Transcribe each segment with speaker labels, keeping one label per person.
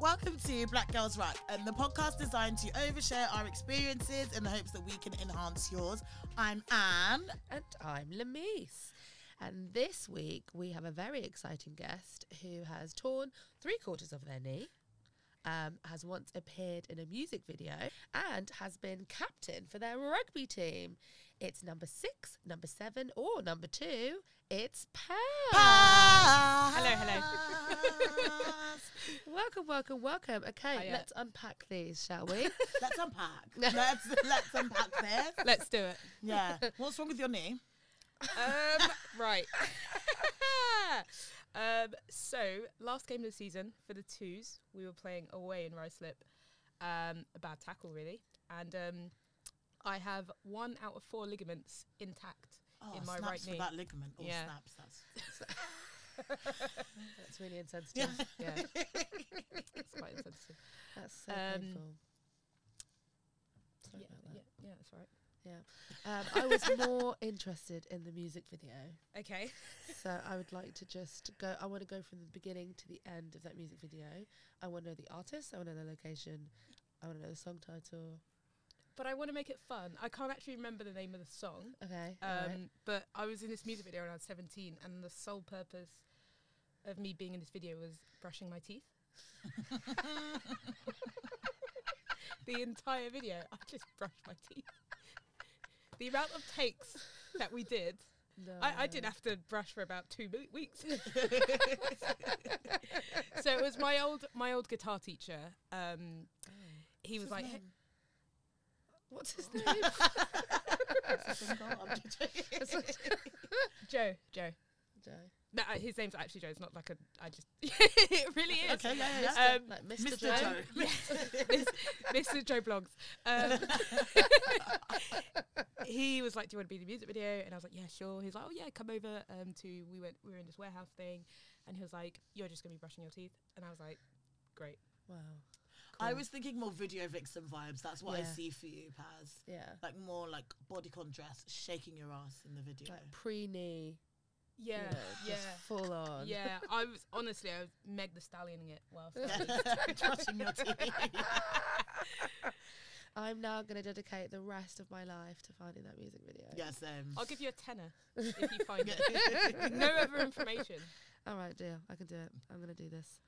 Speaker 1: Welcome to Black Girls Rock, and the podcast designed to overshare our experiences in the hopes that we can enhance yours. I'm Anne.
Speaker 2: And I'm Lamise. And this week we have a very exciting guest who has torn three quarters of their knee, um, has once appeared in a music video, and has been captain for their rugby team. It's number six, number seven, or number two. It's Pam.
Speaker 1: Hello,
Speaker 3: hello.
Speaker 2: Welcome, welcome, welcome. Okay,
Speaker 3: Hiya.
Speaker 2: let's unpack these, shall we?
Speaker 1: let's unpack. Let's let's unpack this.
Speaker 3: Let's do it.
Speaker 1: Yeah. What's wrong with your knee?
Speaker 3: Um, right. um, so last game of the season for the twos, we were playing away in Ruislip. Um, a bad tackle really, and um, I have one out of four ligaments intact
Speaker 1: Oh,
Speaker 3: in my
Speaker 1: snaps
Speaker 3: right
Speaker 1: for
Speaker 3: knee.
Speaker 1: that ligament. Oh,
Speaker 3: Yeah.
Speaker 1: snaps. That's
Speaker 2: That's really insensitive.
Speaker 3: Yeah, it's quite insensitive.
Speaker 2: That's so
Speaker 3: Um,
Speaker 2: painful. Sorry
Speaker 3: Yeah,
Speaker 2: about that.
Speaker 3: yeah, yeah, that's right.
Speaker 2: Um, I was more interested in the music video,
Speaker 3: Okay.
Speaker 2: so I would like to just go. I want to go from the beginning to the end of that music video. I want to know the artist. I want to know the location. I want to know the song title.
Speaker 3: But I want to make it fun. I can't actually remember the name of the song.
Speaker 2: Okay.
Speaker 3: Um,
Speaker 2: alright.
Speaker 3: But I was in this music video when I was 17, and the sole purpose of me being in this video was brushing my teeth. the entire video, I just brushed my teeth. The amount of takes that we did,
Speaker 2: No,
Speaker 3: I, I didn't
Speaker 2: no.
Speaker 3: have to brush for about two mi- weeks. so it was my old my old guitar teacher. Um,
Speaker 2: Oh.
Speaker 3: he was like,
Speaker 2: What's his name? What's his name? That's what-
Speaker 3: Joe, Joe.
Speaker 2: Joe.
Speaker 3: No, uh, his name's actually Joe. It's not like a. I just. it really is.
Speaker 1: okay, yeah, yeah.
Speaker 2: Mr.
Speaker 3: Um,
Speaker 2: like
Speaker 1: Mr.
Speaker 2: Mr. Joe.
Speaker 1: Joe.
Speaker 3: Mr. Joe Blogs. Um, he was like, "Do you want to be in the music video?" And I was like, "Yeah, sure." He's like, "Oh yeah, come over." Um, to we went, we were in this warehouse thing, and he was like, "You're just gonna be brushing your teeth," and I was like, "Great."
Speaker 2: Wow.
Speaker 1: I
Speaker 2: Cool.
Speaker 1: was thinking more video vixen vibes. That's what I
Speaker 2: Yeah.
Speaker 1: see for you, Paz.
Speaker 2: yeah.
Speaker 1: Like more like bodycon dress, shaking your ass in the video.
Speaker 2: Like pre knee.
Speaker 3: Yeah,
Speaker 2: yeah. Just
Speaker 3: yeah,
Speaker 2: full on.
Speaker 3: yeah. I was honestly, I was Meg the Stallioning it whilst I was
Speaker 1: Brushing your teeth.
Speaker 2: I'm now going to dedicate the rest of my life to finding that music video.
Speaker 1: Yes, um,
Speaker 3: I'll give you a tenner if you find it. no other information.
Speaker 2: All right, deal. I can do it. I'm going to do this.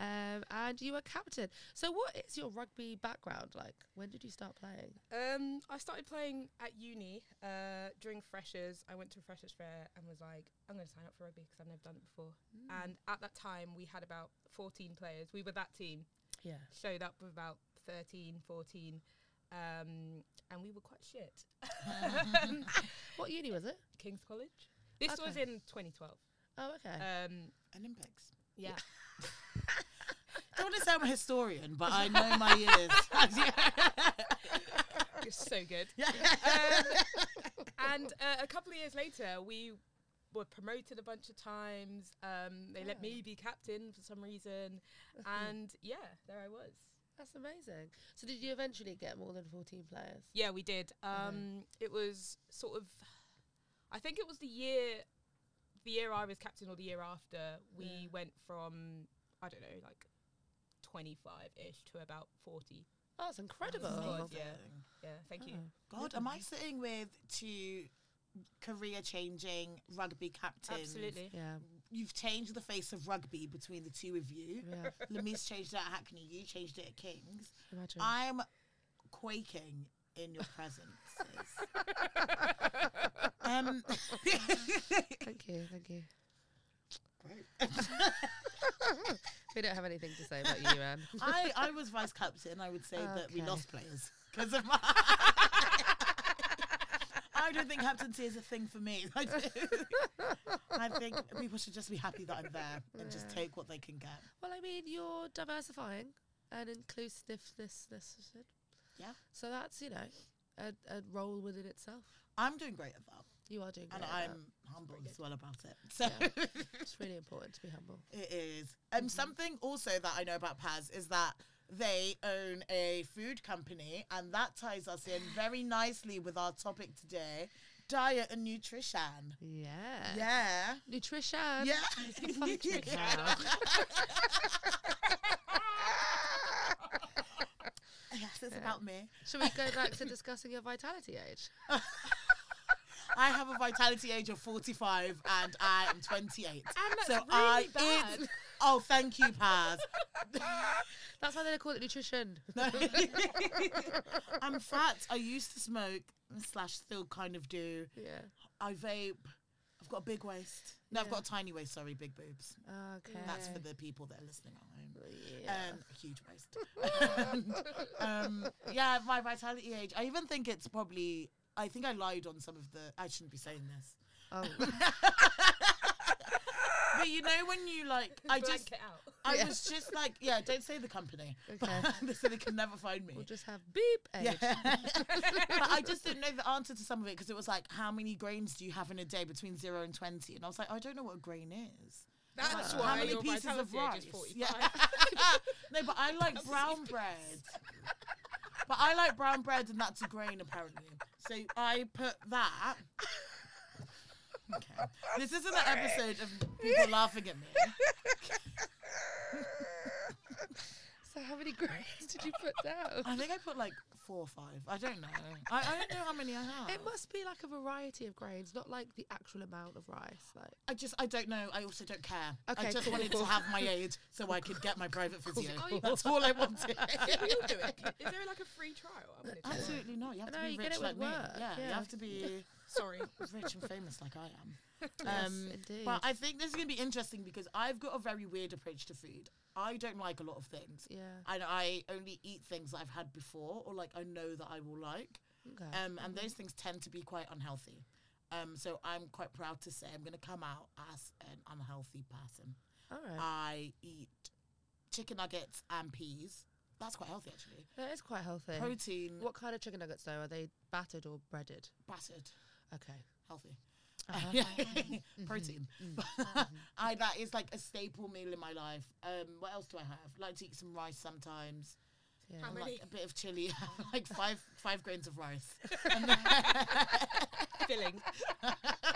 Speaker 2: Um, and you were captain. So, what is your rugby background like? When did you start playing?
Speaker 3: Um, I started playing at uni uh, during freshers. I went to a freshers fair and was like, I'm going to sign up for rugby because I've never done it before. And at that time, we had about 14 players. We were that team.
Speaker 2: Yeah.
Speaker 3: Showed up with about 13, 14, um, and we were quite shit.
Speaker 2: What uni was it?
Speaker 3: King's College. This was
Speaker 2: Okay.
Speaker 3: in 2012.
Speaker 2: Oh, okay.
Speaker 3: Um,
Speaker 1: Olympics.
Speaker 3: yeah.
Speaker 1: I don't want to sound a historian, but I know my years.
Speaker 3: it's so good.
Speaker 1: yeah.
Speaker 3: Um, and uh, a couple of years later, we were promoted a bunch of times. Um, they let
Speaker 2: Wow.
Speaker 3: me be captain for some reason, and yeah, there I was.
Speaker 2: That's amazing. So, did you eventually get more than 14 players?
Speaker 3: Yeah, we did. Um, it was sort of, I think it was the year, the year I was captain or the year after. We
Speaker 2: Yeah.
Speaker 3: went from I don't know, like twenty five ish to about forty.
Speaker 2: Oh, that's incredible.
Speaker 3: God, yeah. Yeah, thank you.
Speaker 2: Oh.
Speaker 1: Oh, God, am I sitting with two career changing rugby captains?
Speaker 3: Absolutely.
Speaker 2: Yeah.
Speaker 1: You've changed the face of rugby between the two of you.
Speaker 2: Yeah.
Speaker 1: Lamise changed it at Hackney, you changed it at King's.
Speaker 2: Imagine.
Speaker 1: I'm quaking in your presence. um,
Speaker 2: thank you. Thank you.
Speaker 1: Great.
Speaker 2: We don't have anything to say about you, Anne.
Speaker 1: I, I was vice captain. I would say that we
Speaker 2: Okay.
Speaker 1: lost players because of my. I don't think captaincy is a thing for me. I, do- I think people should just be happy that I'm there and just
Speaker 2: Yeah.
Speaker 1: take what they can get.
Speaker 2: Well, I mean, you're diversifying and inclusiveness.
Speaker 1: Yeah.
Speaker 2: So that's you know a, a role within itself.
Speaker 1: I'm doing great at that,
Speaker 2: You are doing
Speaker 1: and
Speaker 2: great. at
Speaker 1: I'm
Speaker 2: that.
Speaker 1: humble
Speaker 2: pretty
Speaker 1: as well about it. So
Speaker 2: It's really important to be humble.
Speaker 1: it is. Um,
Speaker 2: Mm-hmm.
Speaker 1: something also that I know about Paz is that they own a food company, and that ties us in very nicely with our topic today: diet and nutrition.
Speaker 2: Yeah.
Speaker 1: Yeah.
Speaker 2: Nutrition.
Speaker 1: Yeah.
Speaker 2: Fucking hell.
Speaker 1: because it's about me.
Speaker 2: Should we go back to discussing your vitality age?
Speaker 1: I have a vitality age of 45 and I am 28.
Speaker 3: And that's
Speaker 1: So
Speaker 3: really
Speaker 1: I
Speaker 3: bad.
Speaker 1: eat- Oh, thank you, Paz.
Speaker 2: That's why they don't call it nutrition.
Speaker 1: I'm fat. I used to smoke slash still kind of do.
Speaker 2: Yeah.
Speaker 1: I vape. I've got a big waist. No, I've got a tiny waist. Sorry, big boobs.
Speaker 2: Okay.
Speaker 1: That's for the people that are listening at home.
Speaker 2: yeah.
Speaker 1: Um, huge waist. And, um, yeah, my vitality age. I even think it's probably. I think I lied on some of the. I shouldn't be saying this.
Speaker 2: oh,
Speaker 1: But you know when you like, I just,
Speaker 3: Blank it out.
Speaker 1: I
Speaker 2: Yeah.
Speaker 1: was just like, yeah, don't say the company,
Speaker 2: okay.
Speaker 1: so they can never find me.
Speaker 2: We'll just have beep age.
Speaker 1: Yeah. but I just didn't know the answer to some of it because it was like, how many grains do you have in a day between zero and 20? And I was like, I don't know what a grain is.
Speaker 3: That's
Speaker 1: Like,
Speaker 3: why
Speaker 1: how many
Speaker 3: your
Speaker 1: pieces of
Speaker 3: vitality age
Speaker 1: rice?
Speaker 3: is 45.
Speaker 1: Yeah. no, but I like brown bread. but I like brown bread, and that's a grain apparently. So I put that. Okay. This isn't an episode of people laughing at me.
Speaker 2: So how many grades did you put down?
Speaker 1: I think I put like four or five. I don't know. I, I don't know how many I have.
Speaker 2: It must be like a variety of grains, not like the actual amount of rice. Like
Speaker 1: I just I don't know. I also don't care. I
Speaker 2: Okay,
Speaker 1: just
Speaker 2: cool.
Speaker 1: wanted to have my aid so I could get my private physio.
Speaker 3: Oh, you-
Speaker 1: That's all I wanted.
Speaker 3: We'll do it. Is there like a free trial? I'm gonna try.
Speaker 1: Absolutely not. You have to
Speaker 2: No,
Speaker 1: be
Speaker 2: you get
Speaker 1: rich
Speaker 2: it with
Speaker 1: like me.
Speaker 2: work,
Speaker 1: Yeah, you
Speaker 2: yeah.
Speaker 1: have to be
Speaker 3: Sorry.
Speaker 1: rich and famous like I am.
Speaker 2: Yes,
Speaker 1: Um,
Speaker 2: indeed.
Speaker 1: But I think this is going to be interesting because I've got a very weird approach to food. I don't like a lot of things.
Speaker 2: yeah.
Speaker 1: And I only eat things I've had before or like I know that I will like.
Speaker 2: Okay.
Speaker 1: Um, and those things tend to be quite unhealthy. Um, so I'm quite proud to say I'm going to come out as an unhealthy person.
Speaker 2: All right.
Speaker 1: I eat chicken nuggets and peas. That's quite healthy, actually.
Speaker 2: That is quite healthy.
Speaker 1: Protein,
Speaker 2: What kind of chicken nuggets though? Are they battered or breaded?
Speaker 1: battered,
Speaker 2: Okay.
Speaker 1: healthy.
Speaker 2: Uh-huh.
Speaker 1: Protein. Mm-hmm. I that is like a staple meal in my life. Um, what else do I have? Like to eat some rice sometimes.
Speaker 2: Yeah.
Speaker 3: How
Speaker 1: and,
Speaker 3: many?
Speaker 1: like a bit of chili, like five five grains of rice.
Speaker 3: Filling.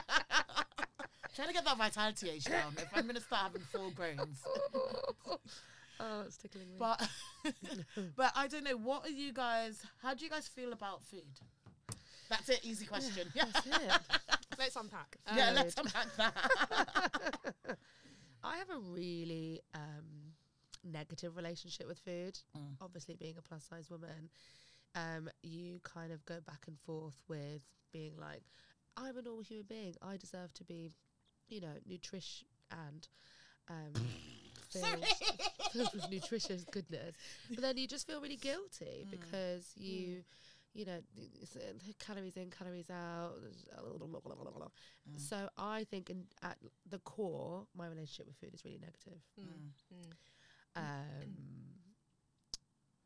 Speaker 1: Trying to get that vitality age down. If I'm gonna start having four grains,
Speaker 2: Oh, it's tickling me.
Speaker 1: but but I don't know. What are you guys? How do you guys feel about food? That's it. Easy question. Yeah,
Speaker 2: That's it.
Speaker 3: Let's unpack.
Speaker 1: yeah.
Speaker 2: good.
Speaker 1: Let's unpack that.
Speaker 2: I have a really um, negative relationship with food.
Speaker 1: Mm.
Speaker 2: Obviously, being a plus size woman, um, you kind of go back and forth with being like, I'm a normal human being. I deserve to be, you know, nutrish and um, filled, filled with nutritious goodness. But then you just feel really guilty because you. You know, it's, uh, calories in, calories out. So I think, in, at the core, my relationship with food is really negative.
Speaker 3: Mm. Mm.
Speaker 2: Um,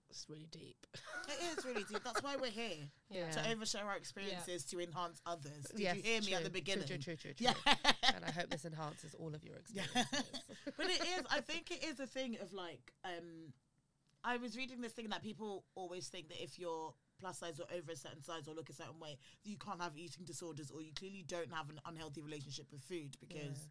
Speaker 2: it's really deep.
Speaker 1: It is really deep. That's why we're here
Speaker 3: Yeah.
Speaker 1: to overshare our experiences to enhance others. Did
Speaker 2: Yes,
Speaker 1: you hear me at the
Speaker 2: true,
Speaker 1: beginning?
Speaker 2: True, true, true, true.
Speaker 1: Yeah.
Speaker 2: and I hope this enhances all of your experiences.
Speaker 1: but it is i think it is a thing of like um i was reading this thing that people always think that if you're plus size or over a certain size or look a certain way you can't have eating disorders or you clearly don't have an unhealthy relationship with food because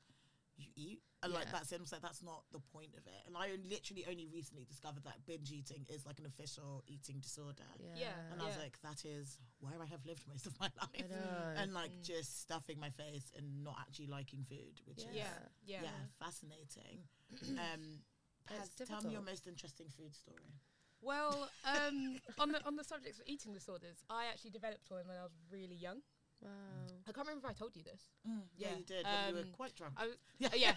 Speaker 1: you eat and like
Speaker 2: Yeah.
Speaker 1: that's it. I'm just like that's not the point of it. And I only- literally only recently discovered that binge eating is like an official eating disorder.
Speaker 3: Yeah.
Speaker 1: And I was like, that is where I have lived most of my
Speaker 2: I
Speaker 1: life.
Speaker 2: know.
Speaker 1: And like just stuffing my face and not actually liking food, which is
Speaker 3: Yeah.
Speaker 2: Yeah.
Speaker 3: Yeah.
Speaker 1: yeah, fascinating. um, Paz,
Speaker 2: It's
Speaker 1: tell me your
Speaker 2: difficult.
Speaker 1: most interesting food story.
Speaker 3: Well, um, on the on the subject of eating disorders, I actually developed one when I was really young.
Speaker 2: wow.
Speaker 3: I can't remember if I told you this.
Speaker 1: yeah,
Speaker 3: yeah.
Speaker 1: you did. when you were
Speaker 3: Um,
Speaker 1: quite drunk.
Speaker 3: I was,
Speaker 1: Yeah.
Speaker 3: yeah.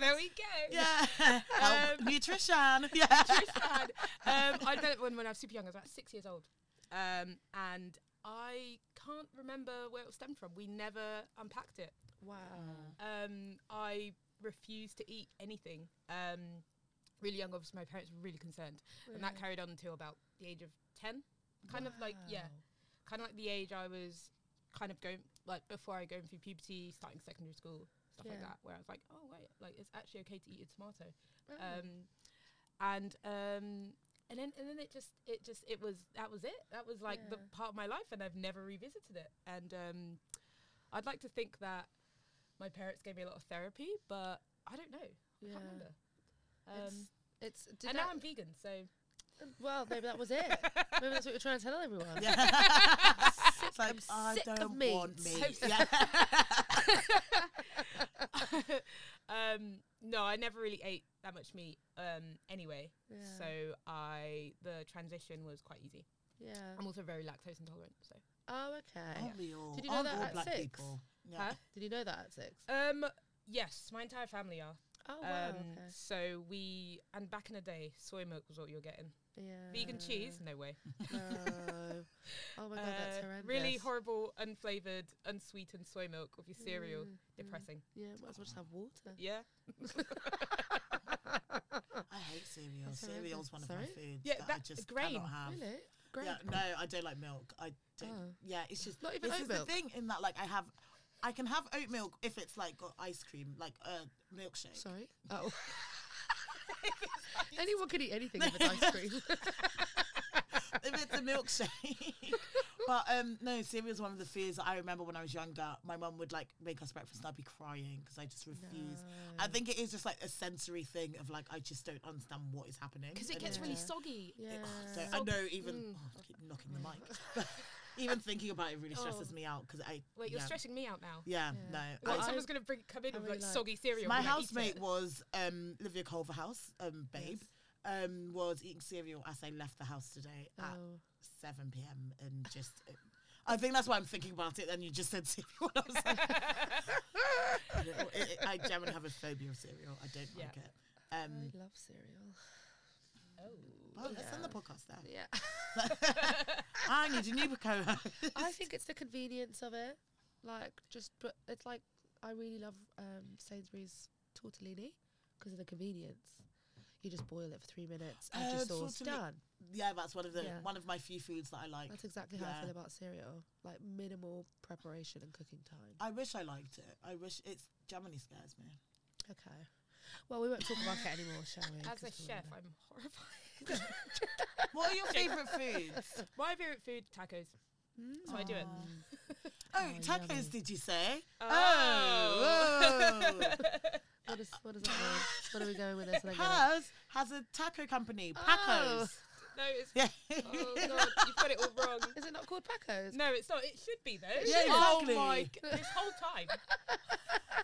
Speaker 3: there we go.
Speaker 1: yeah, Help.
Speaker 3: Um,
Speaker 1: nutrition. Yeah,
Speaker 3: Truth man. Um, I developed one when I was super young. I was about six years old, um, and I can't remember where it stemmed from. We never unpacked it.
Speaker 2: Wow.
Speaker 3: Um, I refused to eat anything. Um, really young, obviously, my parents were really concerned, and
Speaker 2: Mm.
Speaker 3: that carried on until about the age of ten. Kind of like yeah, kind of like the age I was kind of going like before I going through puberty, starting secondary school, stuff like
Speaker 2: Yeah.
Speaker 3: that, where I was like, oh wait, like it's actually okay to eat a tomato.
Speaker 2: Oh.
Speaker 3: Um, and um, and then and then it just it just it was that was it. That was like the
Speaker 2: Yeah.
Speaker 3: part of my life, and I've never revisited it. And um, I'd like to think that my parents gave me a lot of therapy, but I don't know. I
Speaker 2: Yeah.
Speaker 3: can't remember. Um,
Speaker 2: It's, it's did
Speaker 3: and
Speaker 2: that, um,
Speaker 3: now I'm vegan, so
Speaker 2: Well, maybe that was it. maybe that's what you're trying to tell everyone.
Speaker 1: Yeah.
Speaker 2: Sick,
Speaker 1: It's like,
Speaker 2: I'm
Speaker 1: I
Speaker 2: sick
Speaker 1: don't
Speaker 2: of meat.
Speaker 1: want meat.
Speaker 3: Hope so.
Speaker 1: Yeah.
Speaker 3: um, no, I never really ate that much meat um, anyway.
Speaker 2: Yeah.
Speaker 3: So I the transition was quite easy.
Speaker 2: Yeah.
Speaker 3: I'm also very lactose intolerant. So
Speaker 2: Oh, okay.
Speaker 1: Aren't we all?
Speaker 2: Did you know
Speaker 1: Aren't
Speaker 2: that
Speaker 1: all
Speaker 2: at
Speaker 1: black
Speaker 2: six?
Speaker 1: people? Yeah.
Speaker 3: Huh?
Speaker 2: Did you know that at six?
Speaker 3: um, yes, my entire family are.
Speaker 2: Oh,
Speaker 3: um,
Speaker 2: wow. okay.
Speaker 3: So we and back in the day, soy milk was what you were getting.
Speaker 2: Yeah.
Speaker 3: Vegan cheese, no way.
Speaker 2: No. oh my god, that's
Speaker 3: Uh,
Speaker 2: horrendous.
Speaker 3: Really horrible, unflavored, unsweetened soy milk with your cereal.
Speaker 2: Mm,
Speaker 3: Depressing.
Speaker 2: Yeah, might as well just have water.
Speaker 3: Yeah.
Speaker 1: I hate cereal.
Speaker 2: That's horrendous.
Speaker 1: Cereal's one of my
Speaker 2: Sorry?
Speaker 1: foods
Speaker 3: Yeah,
Speaker 1: that, I
Speaker 3: that-
Speaker 1: just
Speaker 3: grain,
Speaker 1: cannot have.
Speaker 2: Really? Great.
Speaker 1: Yeah, no, I don't like milk. I don't.
Speaker 2: Oh.
Speaker 1: Yeah, it's just
Speaker 2: Not even
Speaker 1: this
Speaker 2: oat
Speaker 1: is
Speaker 2: milk?
Speaker 1: the thing in that like I have, I can have oat milk if it's like got ice cream, like a milkshake.
Speaker 2: Sorry. Oh. Anyone could eat anything if it's ice cream.
Speaker 1: if it's a milkshake. but um, no, cereal's one of the fears that I remember when I was younger. My mum would like make us breakfast, and I'd be crying because I just refuse. I
Speaker 2: No.
Speaker 1: think it is just like a sensory thing of like I just don't understand what is happening
Speaker 3: Because it
Speaker 1: And
Speaker 3: gets
Speaker 1: it's
Speaker 3: really
Speaker 2: Yeah.
Speaker 3: soggy.
Speaker 2: Yeah.
Speaker 1: It- oh, don't- I know even
Speaker 3: Mm.
Speaker 1: oh, I keep knocking the mic. But even thinking about it really
Speaker 3: Oh.
Speaker 1: stresses me out because I
Speaker 3: Wait, you're
Speaker 1: yeah,
Speaker 3: stressing me out now.
Speaker 1: yeah,
Speaker 2: Yeah.
Speaker 1: no.
Speaker 3: Well,
Speaker 2: I-
Speaker 3: someone's gonna bring come in
Speaker 2: I
Speaker 3: with
Speaker 2: really
Speaker 3: like
Speaker 2: like-
Speaker 3: soggy cereal.
Speaker 1: my
Speaker 3: and I eat
Speaker 1: housemate
Speaker 3: it.
Speaker 1: was um, Livia Culverhouse, um, babe. Um, was eating cereal as I left the house today at
Speaker 2: Oh.
Speaker 1: 7 p.m. and just. uh, I think that's why I'm thinking about it. Then you just said cereal. I was like, I, don't know, it- it- I generally have a phobia of cereal. I don't
Speaker 3: Yeah.
Speaker 1: like it. Um,
Speaker 2: I love cereal.
Speaker 1: Oh. well, let's end the podcast there.
Speaker 2: Yeah.
Speaker 1: I need a new co-host.
Speaker 2: I think it's the convenience of it. Like, just, but it's like, I really love um, Sainsbury's tortellini because of the convenience. You just boil it for three minutes, add your
Speaker 1: Uh,
Speaker 2: sauce,
Speaker 1: tortelli-
Speaker 2: done.
Speaker 1: Yeah, that's one of the
Speaker 2: Yeah.
Speaker 1: one of my few foods that I like.
Speaker 2: That's exactly how I feel
Speaker 1: yeah.
Speaker 2: about cereal. Like, minimal preparation and cooking time.
Speaker 1: I wish I liked it. I wish it's Germany scares me.
Speaker 2: Okay. Well, we won't talk about it anymore, shall we?
Speaker 3: As
Speaker 2: 'Cause
Speaker 3: a
Speaker 2: we're
Speaker 3: chef,
Speaker 2: gonna-
Speaker 3: I'm horrified.
Speaker 1: What are your favourite foods?
Speaker 3: My favorite food, tacos. So I do it.
Speaker 1: Oh,
Speaker 2: Oh,
Speaker 1: tacos,
Speaker 2: yummy.
Speaker 1: did you say?
Speaker 3: Oh.
Speaker 2: What, is, what does that mean? what are we going with this? I don't get it.
Speaker 1: Paz has a taco company, Pacos.
Speaker 3: no, it's
Speaker 1: Yeah.
Speaker 3: oh god, you've got it all wrong.
Speaker 2: Is it not called Paco's?
Speaker 3: No, it's not. It should be though.
Speaker 1: Yeah, exactly.
Speaker 3: Oh my! g- This whole time,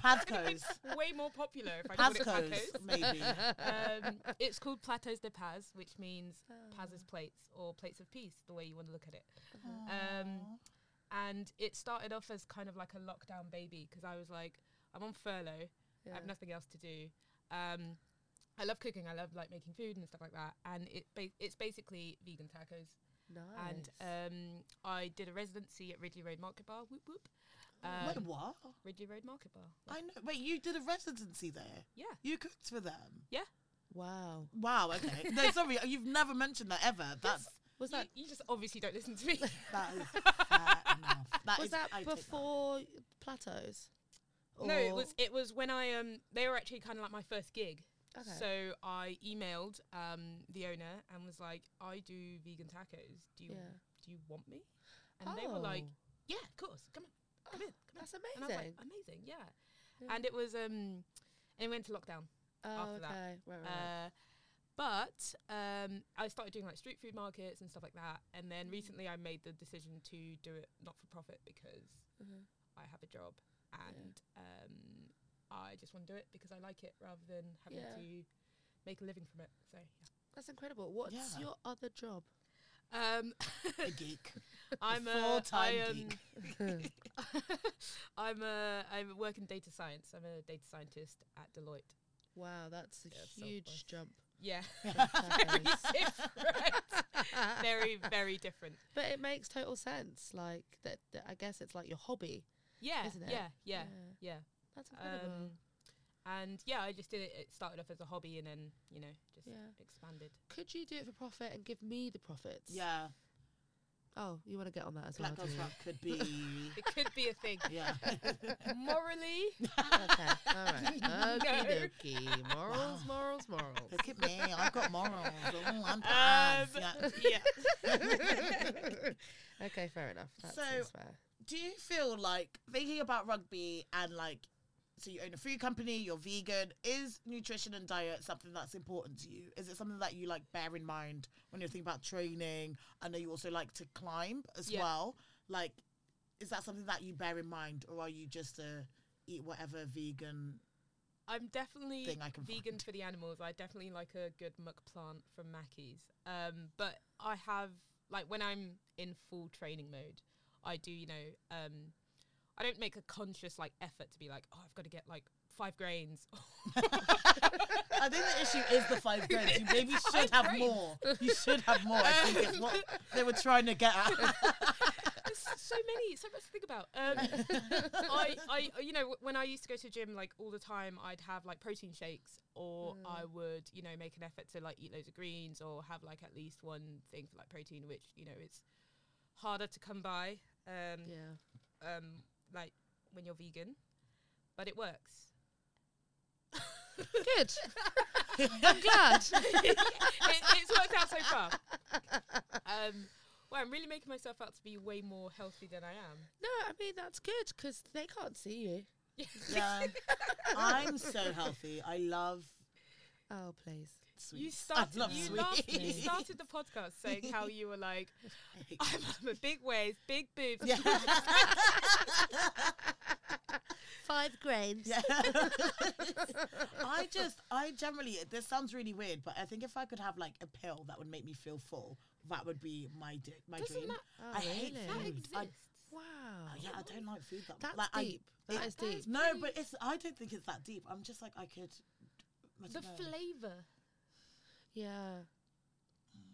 Speaker 1: Pazcos.
Speaker 3: way more popular if I called it
Speaker 1: Pazcos,
Speaker 3: tacos.
Speaker 1: maybe.
Speaker 3: Um, it's called plateaus de Paz, which means
Speaker 2: Oh.
Speaker 3: Paz's plates or plates of peace, the way you want to look at it.
Speaker 1: Uh-huh.
Speaker 3: Um, And it started off as kind of like a lockdown baby because I was like, I'm on furlough. I have
Speaker 2: Yeah.
Speaker 3: nothing else to do. Um, I love cooking. I love like making food and stuff like that. And it ba- it's basically vegan tacos.
Speaker 2: Nice.
Speaker 3: And um, I did a residency at Ridley Road Market Bar. Whoop whoop. Um,
Speaker 1: Wait, what?
Speaker 3: Ridley Road Market Bar.
Speaker 1: I know. Wait, you did a residency there.
Speaker 3: Yeah.
Speaker 1: You cooked for them.
Speaker 2: wow.
Speaker 1: Wow. Okay. No, sorry, you've never mentioned that ever. That's
Speaker 2: Was
Speaker 3: You,
Speaker 2: that
Speaker 3: you just obviously don't listen to me.
Speaker 1: that is fair enough. That
Speaker 2: was
Speaker 1: is-
Speaker 2: that
Speaker 1: I take
Speaker 2: before Plateaus?
Speaker 3: no, it
Speaker 2: Or-
Speaker 3: was it was when I um they were actually kind of like my first gig.
Speaker 2: Okay.
Speaker 3: So I emailed um, the owner and was like, "I do vegan tacos. Do you
Speaker 2: Yeah.
Speaker 3: do you want me?" And they were like,
Speaker 2: Oh,
Speaker 3: "Yeah, of course. Come on, come in, come in."
Speaker 2: that's
Speaker 3: And I was
Speaker 2: amazing.
Speaker 3: like, "Amazing, yeah."
Speaker 2: Yeah.
Speaker 3: And it was um, and it went to lockdown.
Speaker 2: oh,
Speaker 3: after that,
Speaker 2: okay. Right, right.
Speaker 3: Uh, but um, I started doing like street food markets and stuff like that. And then recently, I made the decision to do it not for profit because
Speaker 2: Mhm.
Speaker 3: I have a job and um, I just want to do it because I like it rather than having
Speaker 2: Yeah.
Speaker 3: to make a living from it. So. yeah.
Speaker 2: That's incredible. What's
Speaker 1: Yeah.
Speaker 2: your other job?
Speaker 3: Um,
Speaker 1: that. A geek.
Speaker 3: I'm a
Speaker 1: full-time
Speaker 3: I, um,
Speaker 1: geek.
Speaker 3: I'm a I work in data science. I'm a data scientist at Deloitte.
Speaker 2: wow, that's a
Speaker 3: Yeah, so
Speaker 2: huge
Speaker 3: close.
Speaker 2: jump.
Speaker 3: Yeah, very
Speaker 2: Plateaus.
Speaker 3: different. very very different.
Speaker 2: but it makes total sense. Like that, that- I guess it's like your hobby.
Speaker 3: Yeah,
Speaker 2: Isn't it?
Speaker 3: yeah, yeah, yeah.
Speaker 2: That's incredible.
Speaker 3: Um, and yeah, I just did it. It started off as a hobby and then you know just
Speaker 2: Yeah.
Speaker 3: expanded.
Speaker 2: Could you do it for profit and give me the profits?
Speaker 1: Yeah.
Speaker 2: Oh, you want to get on that as
Speaker 1: Black
Speaker 2: well?
Speaker 1: Girls
Speaker 2: do you?
Speaker 1: Rock could be.
Speaker 3: It could be a thing.
Speaker 1: Yeah.
Speaker 3: Morally,
Speaker 2: okay. All right.
Speaker 3: No.
Speaker 2: Okie dokie. Morals, morals, morals.
Speaker 1: Look at me. I've got morals. Oh, I'm
Speaker 3: um,
Speaker 1: Paz. Yeah.
Speaker 3: yeah.
Speaker 2: okay, fair enough. That
Speaker 1: So-
Speaker 2: seems fair.
Speaker 1: Do you feel like thinking about rugby and like so you own a food company, you're vegan. Is nutrition and diet something that's important to you? Is it something that you like bear in mind when you're thinking about training? I know you also like to climb as
Speaker 3: Yeah.
Speaker 1: well. Like, is that something that you bear in mind, or are you just a eat whatever vegan?
Speaker 3: I'm definitely
Speaker 1: thing I can
Speaker 3: vegan
Speaker 1: find.
Speaker 3: for the animals. I definitely like a good muck plant from Mackey's. Um, but I have like when I'm in full training mode, I do you know um, I don't make a conscious like effort to be like oh I've got to get like five grains.
Speaker 1: I think the issue is the five grains. You maybe should
Speaker 3: Five
Speaker 1: have
Speaker 3: grains.
Speaker 1: more. You should have more. I think it's what they were trying to get at.
Speaker 3: There's so many, so much to think about. Um, I, I, you know, w- when I used to go to gym like all the time, I'd have like protein shakes, or I would, you know, make an effort to like eat loads of greens, or have like at least one thing for like protein, which you know it's harder to come by, um,
Speaker 2: Yeah.
Speaker 3: um, like when you're vegan, but it works.
Speaker 2: Good. I'm glad.
Speaker 3: it, it's worked out so far. Um, well, I'm really making myself out to be way more healthy than I am.
Speaker 2: No, I mean that's good because they can't see you.
Speaker 1: yeah. I'm so healthy. I love
Speaker 2: Oh please.
Speaker 1: sweets.
Speaker 3: You started.
Speaker 1: I love
Speaker 3: you,
Speaker 1: sweets.
Speaker 3: laughed- you started the podcast saying how you were like, I'm, I'm a big waist, big boobs.
Speaker 1: yeah.
Speaker 2: Five grains.
Speaker 1: yeah.
Speaker 2: Oh,
Speaker 1: I just, I generally, this sounds really weird, but I think if I could have like a pill that would make me feel full, that would be my di- my
Speaker 3: Doesn't
Speaker 1: dream.
Speaker 3: that-
Speaker 2: Oh,
Speaker 1: I hate
Speaker 2: really?
Speaker 3: That
Speaker 1: food.
Speaker 3: exists.
Speaker 1: I-
Speaker 2: Wow.
Speaker 1: Oh, yeah, I don't like food that
Speaker 2: That's
Speaker 1: much. Like,
Speaker 2: deep.
Speaker 1: I,
Speaker 2: That
Speaker 1: it-
Speaker 2: is deep.
Speaker 1: No,
Speaker 3: pretty-
Speaker 1: but it's. I don't think it's that deep. I'm just like I could. I
Speaker 3: the
Speaker 1: don't know.
Speaker 3: flavour.
Speaker 2: Yeah.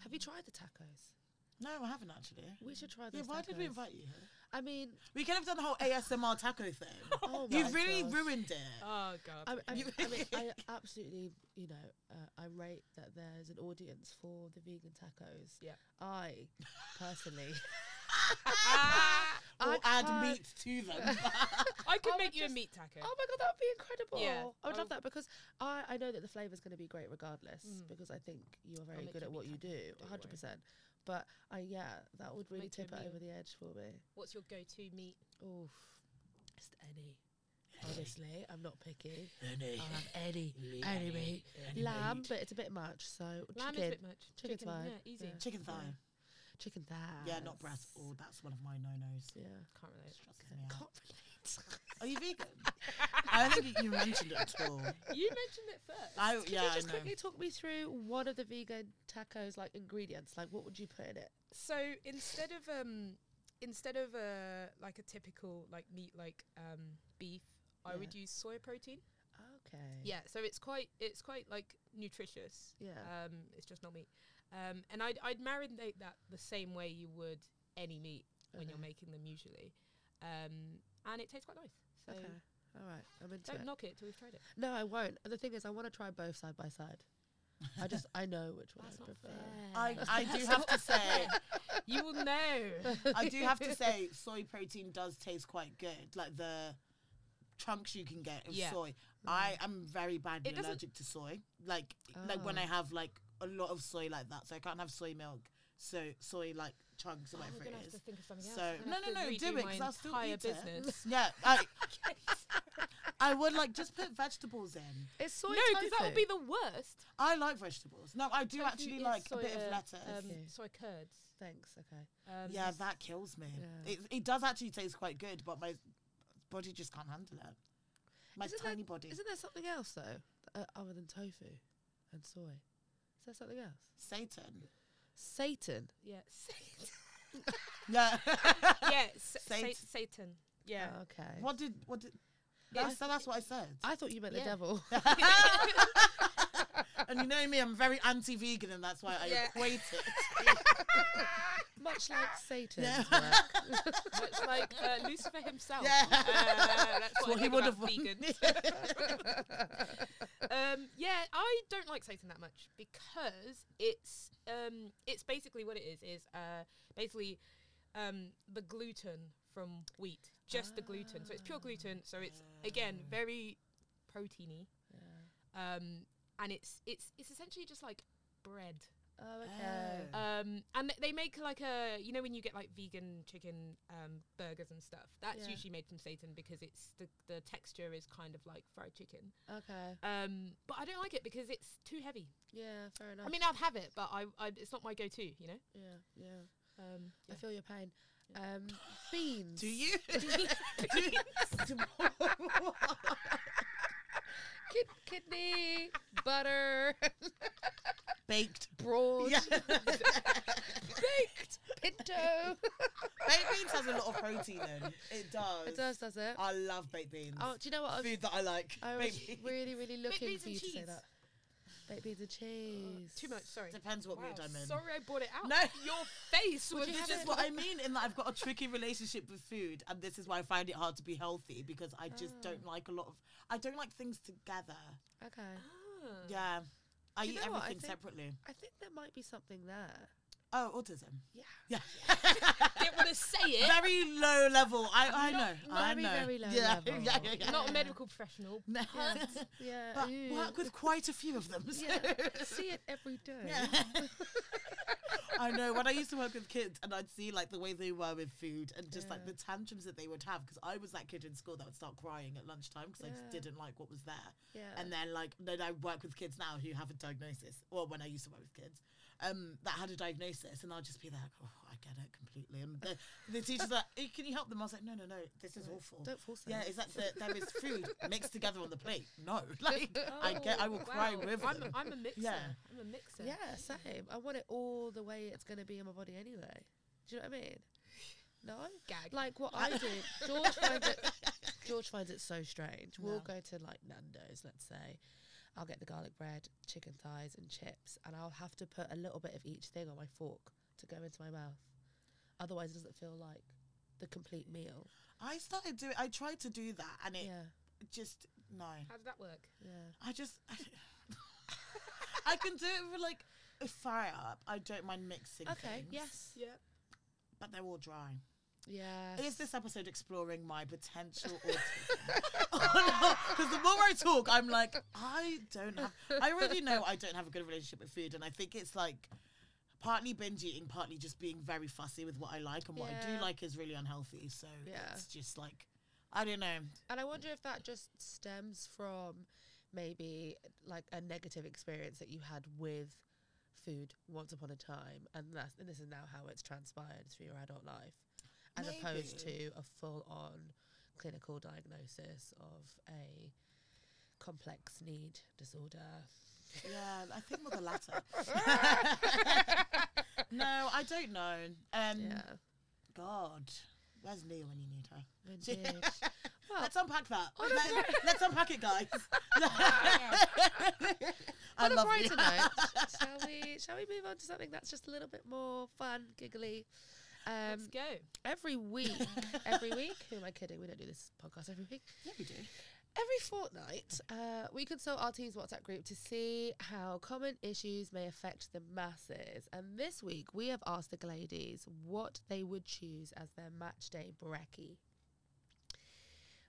Speaker 2: Have you tried the tacos?
Speaker 1: No, I haven't actually.
Speaker 2: We should try
Speaker 1: Yeah,
Speaker 2: those.
Speaker 1: why did we
Speaker 2: tacos.
Speaker 1: invite you? here?
Speaker 2: I mean,
Speaker 1: We could have done the whole ASMR taco thing.
Speaker 2: oh my
Speaker 1: You've really
Speaker 2: gosh.
Speaker 1: ruined it.
Speaker 3: Oh god.
Speaker 2: I, I,
Speaker 3: okay.
Speaker 2: I mean, I absolutely, you know, uh, I rate that there's an audience for the vegan tacos.
Speaker 3: Yeah.
Speaker 2: I personally,
Speaker 3: Ah,
Speaker 1: Or
Speaker 2: I
Speaker 1: add
Speaker 2: can't-
Speaker 1: meat to them.
Speaker 3: I could
Speaker 2: I
Speaker 3: make
Speaker 2: would
Speaker 3: you
Speaker 2: just-
Speaker 3: a meat taco.
Speaker 2: Oh my god, that would be incredible!
Speaker 3: Yeah,
Speaker 2: I would
Speaker 3: I
Speaker 2: love
Speaker 3: w-
Speaker 2: that because I, I know that the flavour is going to be great regardless
Speaker 3: Mm.
Speaker 2: because I think you're very
Speaker 3: make
Speaker 2: good
Speaker 3: you
Speaker 2: at
Speaker 3: a
Speaker 2: what
Speaker 3: meat
Speaker 2: you do,
Speaker 3: don't worry.
Speaker 2: hundred percent. But I yeah, that would really
Speaker 3: Make you a
Speaker 2: tip it
Speaker 3: meal.
Speaker 2: over the edge for me.
Speaker 3: What's your go-to meat?
Speaker 2: Oof, just any. Honestly, I'm not picky.
Speaker 1: Any.
Speaker 2: I'll have any,
Speaker 1: Any,
Speaker 2: any meat.
Speaker 1: any
Speaker 2: Lamb,
Speaker 1: meat.
Speaker 2: but it's a bit much. So
Speaker 3: Lamb is a
Speaker 2: chicken,
Speaker 3: bit much.
Speaker 2: Chicken's fine.
Speaker 3: Yeah, easy.
Speaker 2: Yeah.
Speaker 1: Chicken thigh.
Speaker 2: chicken that.
Speaker 1: Yeah, not breast. Oh, that's one of my no-nos.
Speaker 2: Yeah.
Speaker 3: Can't relate.
Speaker 1: Stresses me out.
Speaker 2: Can't relate.
Speaker 1: Are you vegan? I don't think you mentioned it at all.
Speaker 3: You mentioned it first.
Speaker 1: I
Speaker 2: Could
Speaker 1: yeah,
Speaker 2: you just
Speaker 1: I know.
Speaker 2: quickly talk me through one of the vegan tacos like ingredients? Like what would you put in it?
Speaker 3: So instead of um, instead of uh, like a typical like meat like um beef, I
Speaker 2: Yeah.
Speaker 3: would use soy protein.
Speaker 2: Okay.
Speaker 3: Yeah, so it's quite it's quite like nutritious.
Speaker 2: Yeah.
Speaker 3: Um, it's just not meat. Um, and I'd I'd marinate that the same way you would any meat when you're
Speaker 2: Okay.
Speaker 3: making them usually. Um, and it tastes quite nice. So
Speaker 2: Okay. All right. I'm into
Speaker 3: don't
Speaker 2: it.
Speaker 3: knock it till we've tried it.
Speaker 2: No, I won't. And the thing is, I want to try both side by side. I just I know which one I prefer.
Speaker 1: I, I do have to say,
Speaker 3: you will know.
Speaker 1: I do have to say, soy protein does taste quite good. Like the chunks you can get of
Speaker 3: Yeah. Mm.
Speaker 1: soy.
Speaker 2: Mm.
Speaker 1: I am very badly
Speaker 3: It doesn't-
Speaker 1: allergic to soy. Like like when
Speaker 2: Oh.
Speaker 1: I have like a lot of soy like that, so I can't have soy milk. So soy like chunks or
Speaker 3: I'm
Speaker 1: whatever
Speaker 3: Oh, gonna
Speaker 1: it
Speaker 3: have
Speaker 1: is.
Speaker 3: to think of something else.
Speaker 1: So-
Speaker 3: I'm gonna
Speaker 1: no,
Speaker 3: have
Speaker 1: no,
Speaker 3: to
Speaker 1: no, do
Speaker 3: redo
Speaker 1: it,
Speaker 3: my
Speaker 1: 'cause I'll still
Speaker 3: entire
Speaker 1: eat it.
Speaker 3: business.
Speaker 1: Yeah, I, I would like just put vegetables in.
Speaker 2: It's soy
Speaker 3: no,
Speaker 2: tofu.
Speaker 3: because that would be the worst.
Speaker 1: I like vegetables. No, I do
Speaker 3: Tofu
Speaker 1: actually
Speaker 3: is
Speaker 1: like
Speaker 3: soy,
Speaker 1: a bit of
Speaker 3: uh,
Speaker 1: lettuce.
Speaker 3: Um,
Speaker 2: Okay.
Speaker 3: Soy curds.
Speaker 2: Thanks. Okay.
Speaker 3: Um,
Speaker 1: yeah, that kills me.
Speaker 2: Yeah.
Speaker 1: It, it does actually taste quite good, but my body just can't handle it. My
Speaker 2: Isn't
Speaker 1: tiny
Speaker 2: there,
Speaker 1: body.
Speaker 2: Isn't there something else though, uh, other than tofu and soy? Is there something else?
Speaker 1: Satan.
Speaker 2: Satan.
Speaker 3: yeah.
Speaker 1: Yeah.
Speaker 3: yeah, s-
Speaker 1: Sat-
Speaker 3: sa- Satan. Yeah.
Speaker 2: Oh, okay.
Speaker 1: what did what did
Speaker 3: Yeah.
Speaker 1: that's, that's what I said.
Speaker 2: I thought you meant
Speaker 3: Yeah.
Speaker 2: the devil.
Speaker 1: and you know me, I'm very anti vegan and that's why I
Speaker 3: Yeah.
Speaker 1: equate it.
Speaker 2: Much like Satan's
Speaker 1: Yeah.
Speaker 2: work.
Speaker 3: Much like uh, Lucifer himself.
Speaker 1: Yeah.
Speaker 3: Uh, that's
Speaker 1: Well,
Speaker 3: what
Speaker 1: he
Speaker 3: he
Speaker 1: would
Speaker 3: would have
Speaker 1: have won.
Speaker 3: vegan. um, yeah, I don't like Satan that much because it's um, it's basically what it is is uh, basically um, the gluten from wheat, just the gluten. So it's pure gluten. So it's again very proteiny,
Speaker 2: Yeah.
Speaker 3: um, and it's it's it's essentially just like bread.
Speaker 2: Oh, okay.
Speaker 1: Oh.
Speaker 3: Um, and th- they make like a you know when you get like vegan chicken um, burgers and stuff. That's
Speaker 2: Yeah.
Speaker 3: usually made from seitan because it's the the texture is kind of like fried chicken.
Speaker 2: Okay.
Speaker 3: Um, but I don't like it because it's too heavy.
Speaker 2: Yeah, fair enough.
Speaker 3: I mean, I'd have it, but I, I it's not my go-to. You know.
Speaker 2: yeah, yeah.
Speaker 3: Um,
Speaker 2: I feel your pain. Um, beans.
Speaker 1: Do you? Do you-
Speaker 2: Kid- kidney, butter,
Speaker 1: Baked.
Speaker 2: broad,
Speaker 1: Yeah.
Speaker 2: baked, pinto.
Speaker 1: baked beans has a lot of protein in it. It does.
Speaker 2: it does, does it?
Speaker 1: I love baked beans.
Speaker 2: Oh, do you know what? I was,
Speaker 1: Food that I like.
Speaker 2: I was
Speaker 1: baked beans.
Speaker 2: really, really looking
Speaker 3: beans
Speaker 2: for
Speaker 3: and
Speaker 2: you to say
Speaker 3: cheese.
Speaker 2: that. Baked beans and cheese.
Speaker 3: too much. Sorry.
Speaker 1: Depends what mood
Speaker 3: Wow,
Speaker 1: I'm in.
Speaker 3: Sorry, I brought it out.
Speaker 1: No.
Speaker 3: your face was
Speaker 2: you
Speaker 1: This
Speaker 2: have
Speaker 1: is
Speaker 2: it-
Speaker 3: just
Speaker 1: what I mean in that I've got a tricky relationship with food, and this is why I find it hard to be healthy because I just
Speaker 2: Ah.
Speaker 1: don't like a lot of. I don't like things together.
Speaker 2: Okay.
Speaker 3: Ah.
Speaker 1: Yeah, I
Speaker 2: Mm. Do you
Speaker 1: eat
Speaker 2: know what? I
Speaker 1: everything
Speaker 2: think-
Speaker 1: separately.
Speaker 2: I think there might be something there.
Speaker 1: Oh, autism.
Speaker 2: Yeah.
Speaker 1: Yeah.
Speaker 3: Didn't want to say it.
Speaker 1: very low level. I, I know.
Speaker 3: Not-
Speaker 1: I
Speaker 2: very,
Speaker 1: know.
Speaker 2: very low
Speaker 1: yeah.
Speaker 2: level.
Speaker 1: yeah. Yeah. Yeah.
Speaker 3: I'm not a medical professional.
Speaker 1: No.
Speaker 2: Yeah. Yeah.
Speaker 1: but
Speaker 2: ew.
Speaker 1: work with quite a few of them. so-
Speaker 2: Yeah, see it every day.
Speaker 1: Yeah. I know. When I used to work with kids, and I'd see like the way they were with food, and just like
Speaker 2: Yeah.
Speaker 1: the tantrums that they would have, because I was that kid in school that would start crying at lunchtime because I
Speaker 2: Yeah.
Speaker 1: just didn't like what was there.
Speaker 2: Yeah.
Speaker 1: And then like then I work with kids now who have a diagnosis. Well, when I used to work with kids, um, that had a diagnosis, and I'll just be like, oh, I get it completely. And the, the teachers are like, "Eh, can you help them? I was like, no, no, no, this is
Speaker 2: Like,
Speaker 1: awful.
Speaker 2: Don't force it.
Speaker 1: Yeah, is that the, there is food mixed together on the plate? No, like I get, I will
Speaker 3: Oh,
Speaker 1: cry
Speaker 3: wow.
Speaker 1: with
Speaker 3: I'm,
Speaker 1: them.
Speaker 3: I'm a mixer.
Speaker 1: Yeah.
Speaker 3: I'm a mixer.
Speaker 2: Yeah, same. I want it all the way it's going to be in my body anyway. Do you know what I mean? No?
Speaker 3: Gag.
Speaker 2: Like what I do. George finds it George finds it so strange. We'll
Speaker 1: No.
Speaker 2: go to like Nando's, let's say. I'll get the garlic bread, chicken thighs and chips and I'll have to put a little bit of each thing on my fork to go into my mouth. Otherwise it doesn't feel like the complete meal.
Speaker 1: I started doing. I tried to do that, and it
Speaker 2: Yeah.
Speaker 1: just no.
Speaker 3: How did that work?
Speaker 2: Yeah.
Speaker 1: I just I can do it with like a fire up. I don't mind mixing.
Speaker 2: Okay.
Speaker 1: things,
Speaker 2: Yes.
Speaker 3: Yeah.
Speaker 1: but they're all dry.
Speaker 2: Yeah.
Speaker 1: Is this episode exploring my potential autism? Because the more I talk, I'm like, I don't have. I already know I don't have a good relationship with food, and I think it's like partly binge eating, partly just being very fussy with what I like and what I
Speaker 2: Yeah.
Speaker 1: do like is really unhealthy. So
Speaker 2: Yeah.
Speaker 1: it's just like, I don't know.
Speaker 2: And I wonder if that just stems from maybe like a negative experience that you had with food once upon a time, and that's and this is now how it's transpired through your adult life, as opposed to
Speaker 1: Maybe.
Speaker 2: a full-on clinical diagnosis of a complex need disorder.
Speaker 1: Yeah, I think more the latter. no, I don't know. Um,
Speaker 2: yeah,
Speaker 1: God, where's Leah when you need her?
Speaker 2: indeed. well,
Speaker 1: Let's unpack that.
Speaker 2: On a bright-
Speaker 1: Let's unpack it, guys. I
Speaker 2: on a
Speaker 1: love
Speaker 2: brighter
Speaker 1: you.
Speaker 2: note, shall we shall we move on to something that's just a little bit more fun, giggly? Um,
Speaker 3: Let's go.
Speaker 2: every week, every week. Who am I kidding? We don't do this podcast every week.
Speaker 1: Yeah, we do.
Speaker 2: Every fortnight, uh, we consult our team's WhatsApp group to see how common issues may affect the masses. And this week, we have asked the Gladies what they would choose as their match day brekkie.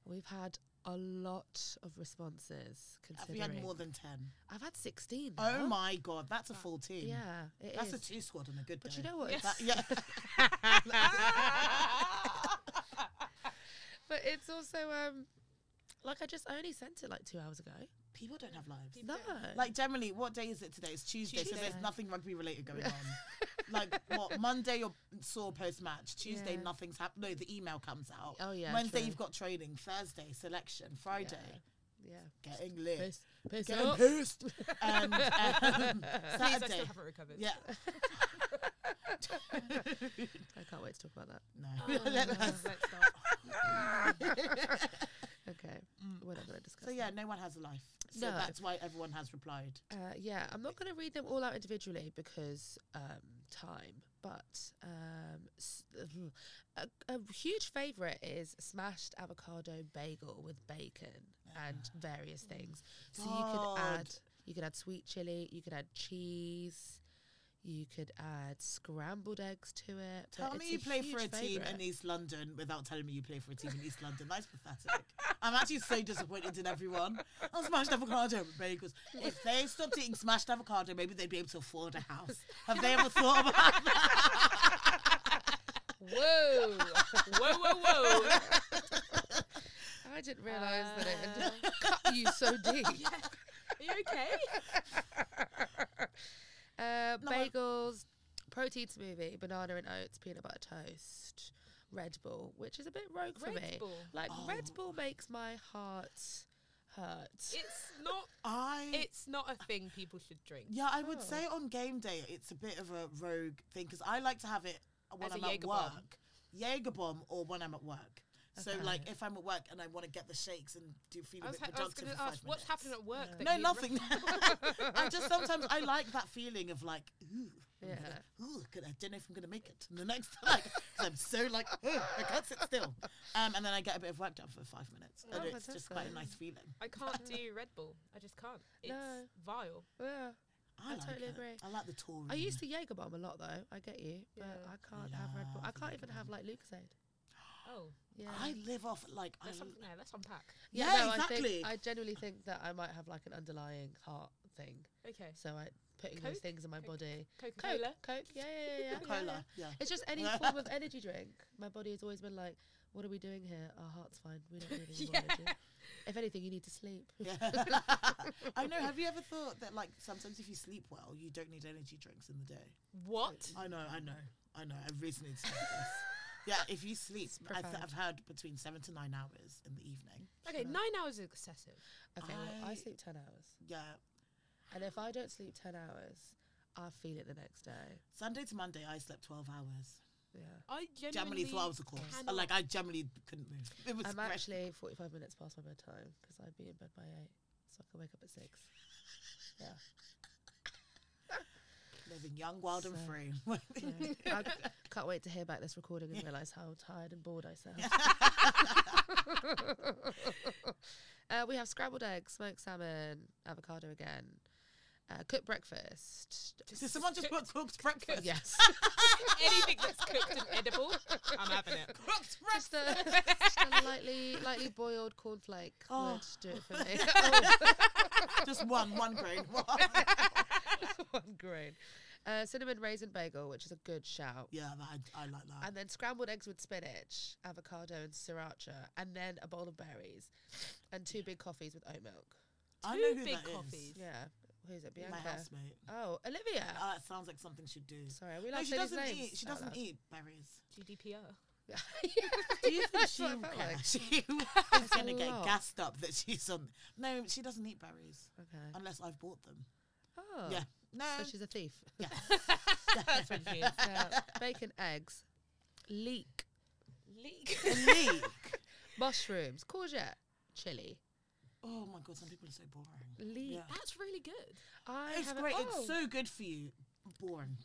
Speaker 2: We've had a lot of responses.
Speaker 1: Have
Speaker 2: Considering
Speaker 1: we had more than 10?
Speaker 2: I've had sixteen.
Speaker 1: Oh
Speaker 2: now.
Speaker 1: my God, that's a full team.
Speaker 2: Yeah, it
Speaker 1: That's a
Speaker 2: is.
Speaker 1: two squad and a good
Speaker 2: But
Speaker 1: day.
Speaker 2: you know what?
Speaker 3: Yes.
Speaker 2: It's-
Speaker 1: That- yeah.
Speaker 2: But it's also um, like I just only sent it like two hours ago.
Speaker 1: People don't have lives.
Speaker 3: People
Speaker 2: No,
Speaker 1: Like, generally, what day is it today? It's Tuesday, so
Speaker 3: Tuesday.
Speaker 1: there's nothing rugby related going on. like, what? Monday, you're sore post match. Tuesday,
Speaker 2: Yeah.
Speaker 1: nothing's happened. No, the email comes out.
Speaker 2: oh yeah,
Speaker 1: Wednesday,
Speaker 2: true.
Speaker 1: you've got training. Thursday, selection. Friday,
Speaker 2: yeah,
Speaker 1: getting lit.
Speaker 2: piss, piss
Speaker 1: Getting
Speaker 2: up.
Speaker 1: pissed. and um,
Speaker 3: Please, I
Speaker 1: Saturday.
Speaker 3: still haven't recovered.
Speaker 1: Yeah.
Speaker 2: I can't wait to talk about that.
Speaker 1: No.
Speaker 3: Oh, let's not.
Speaker 2: Okay, we're not going to discuss.
Speaker 1: Mm. so yeah, no one has a life. So
Speaker 2: No.
Speaker 1: that's why everyone has replied.
Speaker 2: that. Uh, yeah, I'm not going to read them all out individually because um, time. But um, s- a, a huge favourite is smashed avocado bagel with bacon and various things. So you could
Speaker 1: Ah.
Speaker 2: add
Speaker 1: God.
Speaker 2: you could add sweet chili, you could add cheese, You could add scrambled eggs to it. but
Speaker 1: Tell me
Speaker 2: it's
Speaker 1: you play for
Speaker 2: huge
Speaker 1: a team
Speaker 2: favourite.
Speaker 1: in East London without telling me you play for a team in East London. That's pathetic. I'm actually so disappointed in everyone. On smashed avocado and bagels. If they stopped eating smashed avocado, maybe they'd be able to afford a house. Have they ever thought about that?
Speaker 3: Whoa. whoa, whoa, whoa.
Speaker 2: I didn't realise that it had cut you so deep.
Speaker 3: Are you okay?
Speaker 2: Uh,
Speaker 1: No, I-
Speaker 2: bagels, protein smoothie, banana and oats, peanut butter toast, Red Bull, which is a bit rogue for me.
Speaker 3: Red Bull.
Speaker 2: Like Red
Speaker 1: Oh.
Speaker 2: Bull makes my heart hurt.
Speaker 3: It's not.
Speaker 1: I
Speaker 3: It's not a thing people should drink.
Speaker 1: yeah, I would
Speaker 2: Oh.
Speaker 1: say on game day it's a bit of a rogue thing because I like to have it when
Speaker 3: As a
Speaker 1: I'm at
Speaker 3: Jager
Speaker 1: work.
Speaker 3: bomb.
Speaker 1: Jager bomb or when I'm at work. So
Speaker 2: Okay.
Speaker 1: like if I'm at work and I want to get the shakes and do feel
Speaker 3: I
Speaker 1: a
Speaker 3: was,
Speaker 1: bit
Speaker 3: ha- I was
Speaker 1: productive.
Speaker 3: going to
Speaker 1: for five
Speaker 3: ask, what's
Speaker 1: minutes.
Speaker 3: happening at work?
Speaker 2: Yeah.
Speaker 3: that
Speaker 1: No,
Speaker 3: you'd
Speaker 1: nothing.
Speaker 3: re-
Speaker 1: I just sometimes I like that feeling of like, ooh, I'm gonna-
Speaker 2: Yeah.
Speaker 1: ooh, could- I don't know if I'm gonna make it. And the next like, 'cause I'm so like, "Ugh, I can't sit still. Um, and then I get a bit of work done for five minutes, and
Speaker 2: Oh,
Speaker 1: it's just quite a
Speaker 2: fantastic.
Speaker 1: nice feeling.
Speaker 3: I can't do Red Bull. I just can't. It's
Speaker 2: No.
Speaker 3: vile.
Speaker 2: Yeah.
Speaker 1: I,
Speaker 2: I
Speaker 1: like
Speaker 2: totally
Speaker 1: it.
Speaker 2: agree.
Speaker 1: I like the taurine.
Speaker 2: I used to Jagerbomb a lot though. I get you, but
Speaker 3: Yeah.
Speaker 2: I can't have Red Bull. I
Speaker 1: Love
Speaker 2: can't even have
Speaker 1: Jagerbomb.
Speaker 2: like Lucasade.
Speaker 3: Oh,
Speaker 2: Yeah.
Speaker 1: I live off like I.
Speaker 3: there's something there. Let's unpack.
Speaker 1: Yeah,
Speaker 2: I,
Speaker 1: exactly.
Speaker 2: think, I genuinely think that I might have like an underlying heart thing.
Speaker 3: Okay.
Speaker 2: So I putting those
Speaker 3: Coke?
Speaker 2: things in my
Speaker 3: Coke?
Speaker 2: body.
Speaker 3: Coca
Speaker 2: Coke,
Speaker 3: Cola.
Speaker 2: Coke, yeah, yeah, yeah, yeah, yeah. yeah.
Speaker 1: Cola, yeah.
Speaker 2: It's just any form of energy drink. My body has always been like, "What are we doing here? Our heart's fine. We don't need any more
Speaker 3: Yeah.
Speaker 2: energy. If anything, you need to sleep."
Speaker 1: yeah. I know. Have you ever thought that like sometimes if you sleep well, you don't need energy drinks in the day?
Speaker 3: What?
Speaker 1: I know, I know, I know. I've recently discovered this. Yeah, if you sleep, I've,
Speaker 2: profound.
Speaker 1: I've had between seven to nine hours in the evening.
Speaker 3: Okay,
Speaker 2: Sure.
Speaker 3: nine hours is excessive.
Speaker 2: Okay, well, I
Speaker 1: I-
Speaker 2: sleep ten hours,
Speaker 1: Yeah,
Speaker 2: and if I don't sleep ten hours, I feel it the next day.
Speaker 1: Sunday to Monday, I slept 12 hours.
Speaker 2: Yeah,
Speaker 3: I
Speaker 1: Generally,
Speaker 3: genuinely.
Speaker 1: three hours, of course.
Speaker 3: cannot-
Speaker 1: Like, I generally couldn't move. It was
Speaker 2: I'm
Speaker 1: great.
Speaker 2: actually forty-five minutes past my bedtime because I'd be in bed by eight, so I can wake up at six.
Speaker 1: living young, wild, and
Speaker 2: So-
Speaker 1: free.
Speaker 2: Yeah. I c- can't wait to hear back this recording and realise how tired and bored I sound. uh, we have scrambled eggs, smoked salmon, avocado again, uh, cooked breakfast.
Speaker 1: Did someone just put cooked breakfast?
Speaker 2: Yes.
Speaker 3: anything that's cooked and edible, I'm having it.
Speaker 1: Cooked
Speaker 2: Just
Speaker 1: breakfast.
Speaker 2: a, just a lightly, lightly boiled cornflake
Speaker 1: Oh.
Speaker 2: would do it for me. Oh,
Speaker 1: Just one, one grain. One.
Speaker 2: one grain. Uh, cinnamon raisin bagel, which is a good shout.
Speaker 1: yeah, that, I, I like that.
Speaker 2: And then scrambled eggs with spinach, avocado, and sriracha, and then a bowl of berries, and two big coffees with oat milk.
Speaker 1: I
Speaker 3: two
Speaker 1: know who
Speaker 3: big
Speaker 1: that is.
Speaker 3: coffees.
Speaker 2: Yeah, who's it?
Speaker 1: My
Speaker 2: Bianca.
Speaker 1: housemate.
Speaker 2: Oh, Olivia.
Speaker 1: Uh, it sounds like something she'd do.
Speaker 2: Sorry, are we
Speaker 1: No,
Speaker 2: like Oh.
Speaker 1: she doesn't eat. She doesn't eat berries.
Speaker 3: GDPR.
Speaker 1: Do you think
Speaker 2: That's
Speaker 1: she
Speaker 2: what I
Speaker 1: would
Speaker 2: felt
Speaker 1: care?
Speaker 2: like.
Speaker 1: She is going to get
Speaker 2: lot.
Speaker 1: gassed up that she's on. No, she doesn't eat berries
Speaker 2: Okay.
Speaker 1: unless I've bought them.
Speaker 2: Oh.
Speaker 1: Yeah. No.
Speaker 2: So she's a thief.
Speaker 1: yeah.
Speaker 3: That's what it is.
Speaker 2: Uh, bacon, eggs, leek,
Speaker 3: Leak.
Speaker 1: leek.
Speaker 2: mushrooms, courgette, chili,
Speaker 1: Oh my god, some people are so boring.
Speaker 2: leek.
Speaker 1: Yeah.
Speaker 3: That's really good.
Speaker 2: I
Speaker 1: It's
Speaker 2: have a-
Speaker 1: great.
Speaker 2: oh,
Speaker 1: It's so good for you. Boring.